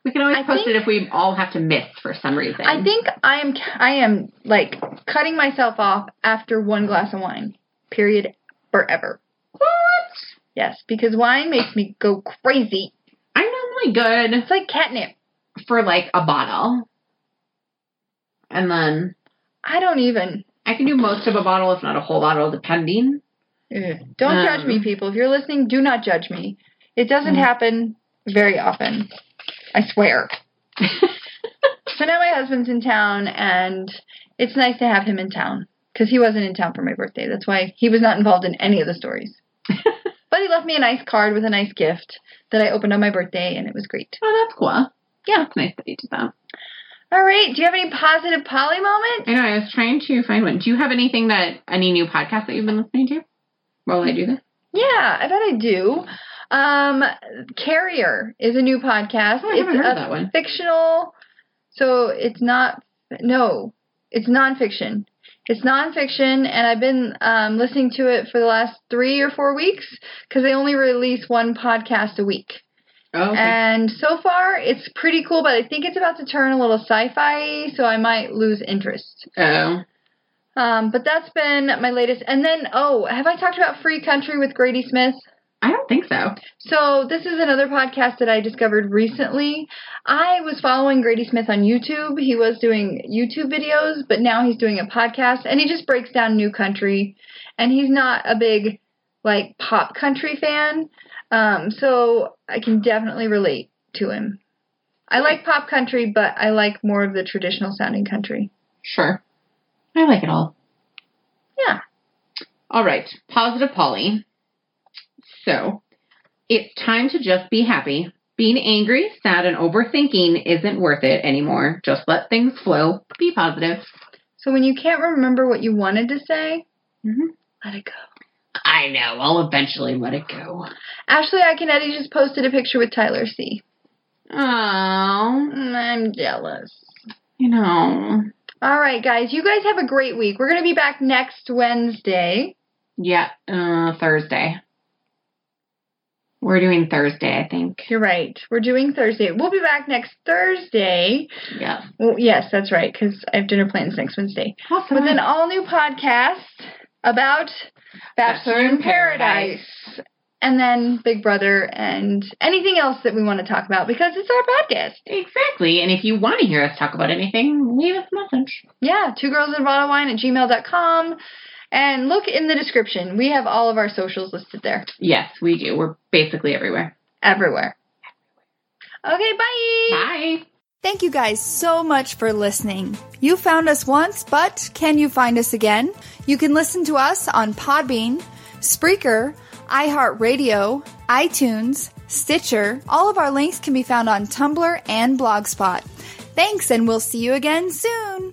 Speaker 2: We can always
Speaker 1: I
Speaker 2: post
Speaker 1: think-
Speaker 2: it if we all have to miss for some reason.
Speaker 1: I think I am I am like cutting myself off after one glass of wine. Period. Forever.
Speaker 2: What?
Speaker 1: Yes, because wine makes me go crazy.
Speaker 2: I'm normally good
Speaker 1: It's like catnip.
Speaker 2: for like a bottle. And then
Speaker 1: I don't even.
Speaker 2: I can do most of a bottle, if not a whole bottle, depending.
Speaker 1: Ugh. Mm. Don't
Speaker 2: Um.
Speaker 1: judge me, people. If you're listening, do not judge me. It doesn't
Speaker 2: Mm.
Speaker 1: happen very often. I swear. So now my husband's in town, and it's nice to have him in town because he wasn't in town for my birthday. That's why he was not involved in any of the stories. but he left me a nice card with a nice gift that I opened on my birthday, and it was great.
Speaker 2: oh, that's cool. Yeah, it's nice that you did that.
Speaker 1: All right, do you have any positive poly moments?
Speaker 2: I know. I was trying to find one. Do you have anything that any new podcast that you've been listening to? While I do this,
Speaker 1: Yeah, I bet I do. Um, Carrier is a new podcast.
Speaker 2: oh, I
Speaker 1: it's
Speaker 2: haven't heard
Speaker 1: a
Speaker 2: of that one.
Speaker 1: fictional, so it's not. No, it's nonfiction. It's nonfiction, and I've been um, listening to it for the last three or four weeks because they only release one podcast a week.
Speaker 2: Oh, okay.
Speaker 1: And so far, it's pretty cool, but I think it's about to turn a little sci-fi, so I might lose interest.
Speaker 2: oh,
Speaker 1: Um, but that's been my latest. And then, oh, have I talked about Free Country with Grady Smith?
Speaker 2: I don't think so.
Speaker 1: So, this is another podcast that I discovered recently. I was following Grady Smith on YouTube. He was doing YouTube videos, but now he's doing a podcast and he just breaks down new country. And he's not a big like pop country fan. Um, so I can definitely relate to him. I like pop country, but I like more of the traditional sounding country.
Speaker 2: Sure. I like it all.
Speaker 1: Yeah.
Speaker 2: All right. Positive Polly. So it's time to just be happy. Being angry, sad, and overthinking isn't worth it anymore. Just let things flow. Be positive.
Speaker 1: So when you can't remember what you wanted to say,
Speaker 2: Mhm.
Speaker 1: let it go.
Speaker 2: I know. I'll eventually let it go.
Speaker 1: Ashley Iaconetti just posted a picture with Tyler C.
Speaker 2: Oh,
Speaker 1: Mm, I'm jealous.
Speaker 2: you know.
Speaker 1: All right, guys. You guys have a great week. We're going to be back next Wednesday.
Speaker 2: Yeah, uh, Thursday. We're doing Thursday, I think.
Speaker 1: You're right. We're doing Thursday. We'll be back next Thursday.
Speaker 2: Yeah.
Speaker 1: Well, yes, that's right, because I have dinner plans next Wednesday.
Speaker 2: Awesome.
Speaker 1: With an all new podcast about Bachelor in Paradise. And then Big Brother and anything else that we want to talk about because it's our podcast.
Speaker 2: Exactly. And if you want to hear us talk about anything, leave us a message.
Speaker 1: Yeah, two girls in a bottle of wine at gmail.com. And look in the description. We have all of our socials listed there,
Speaker 2: Yes, we do. We're basically everywhere.
Speaker 1: everywhere. Okay, bye.
Speaker 2: Bye.
Speaker 3: Thank you guys so much for listening. You found us once, but can you find us again? You can listen to us on Podbean, Spreaker, iHeartRadio, iTunes, Stitcher. All of our links can be found on Tumblr and Blogspot. Thanks, and we'll see you again soon.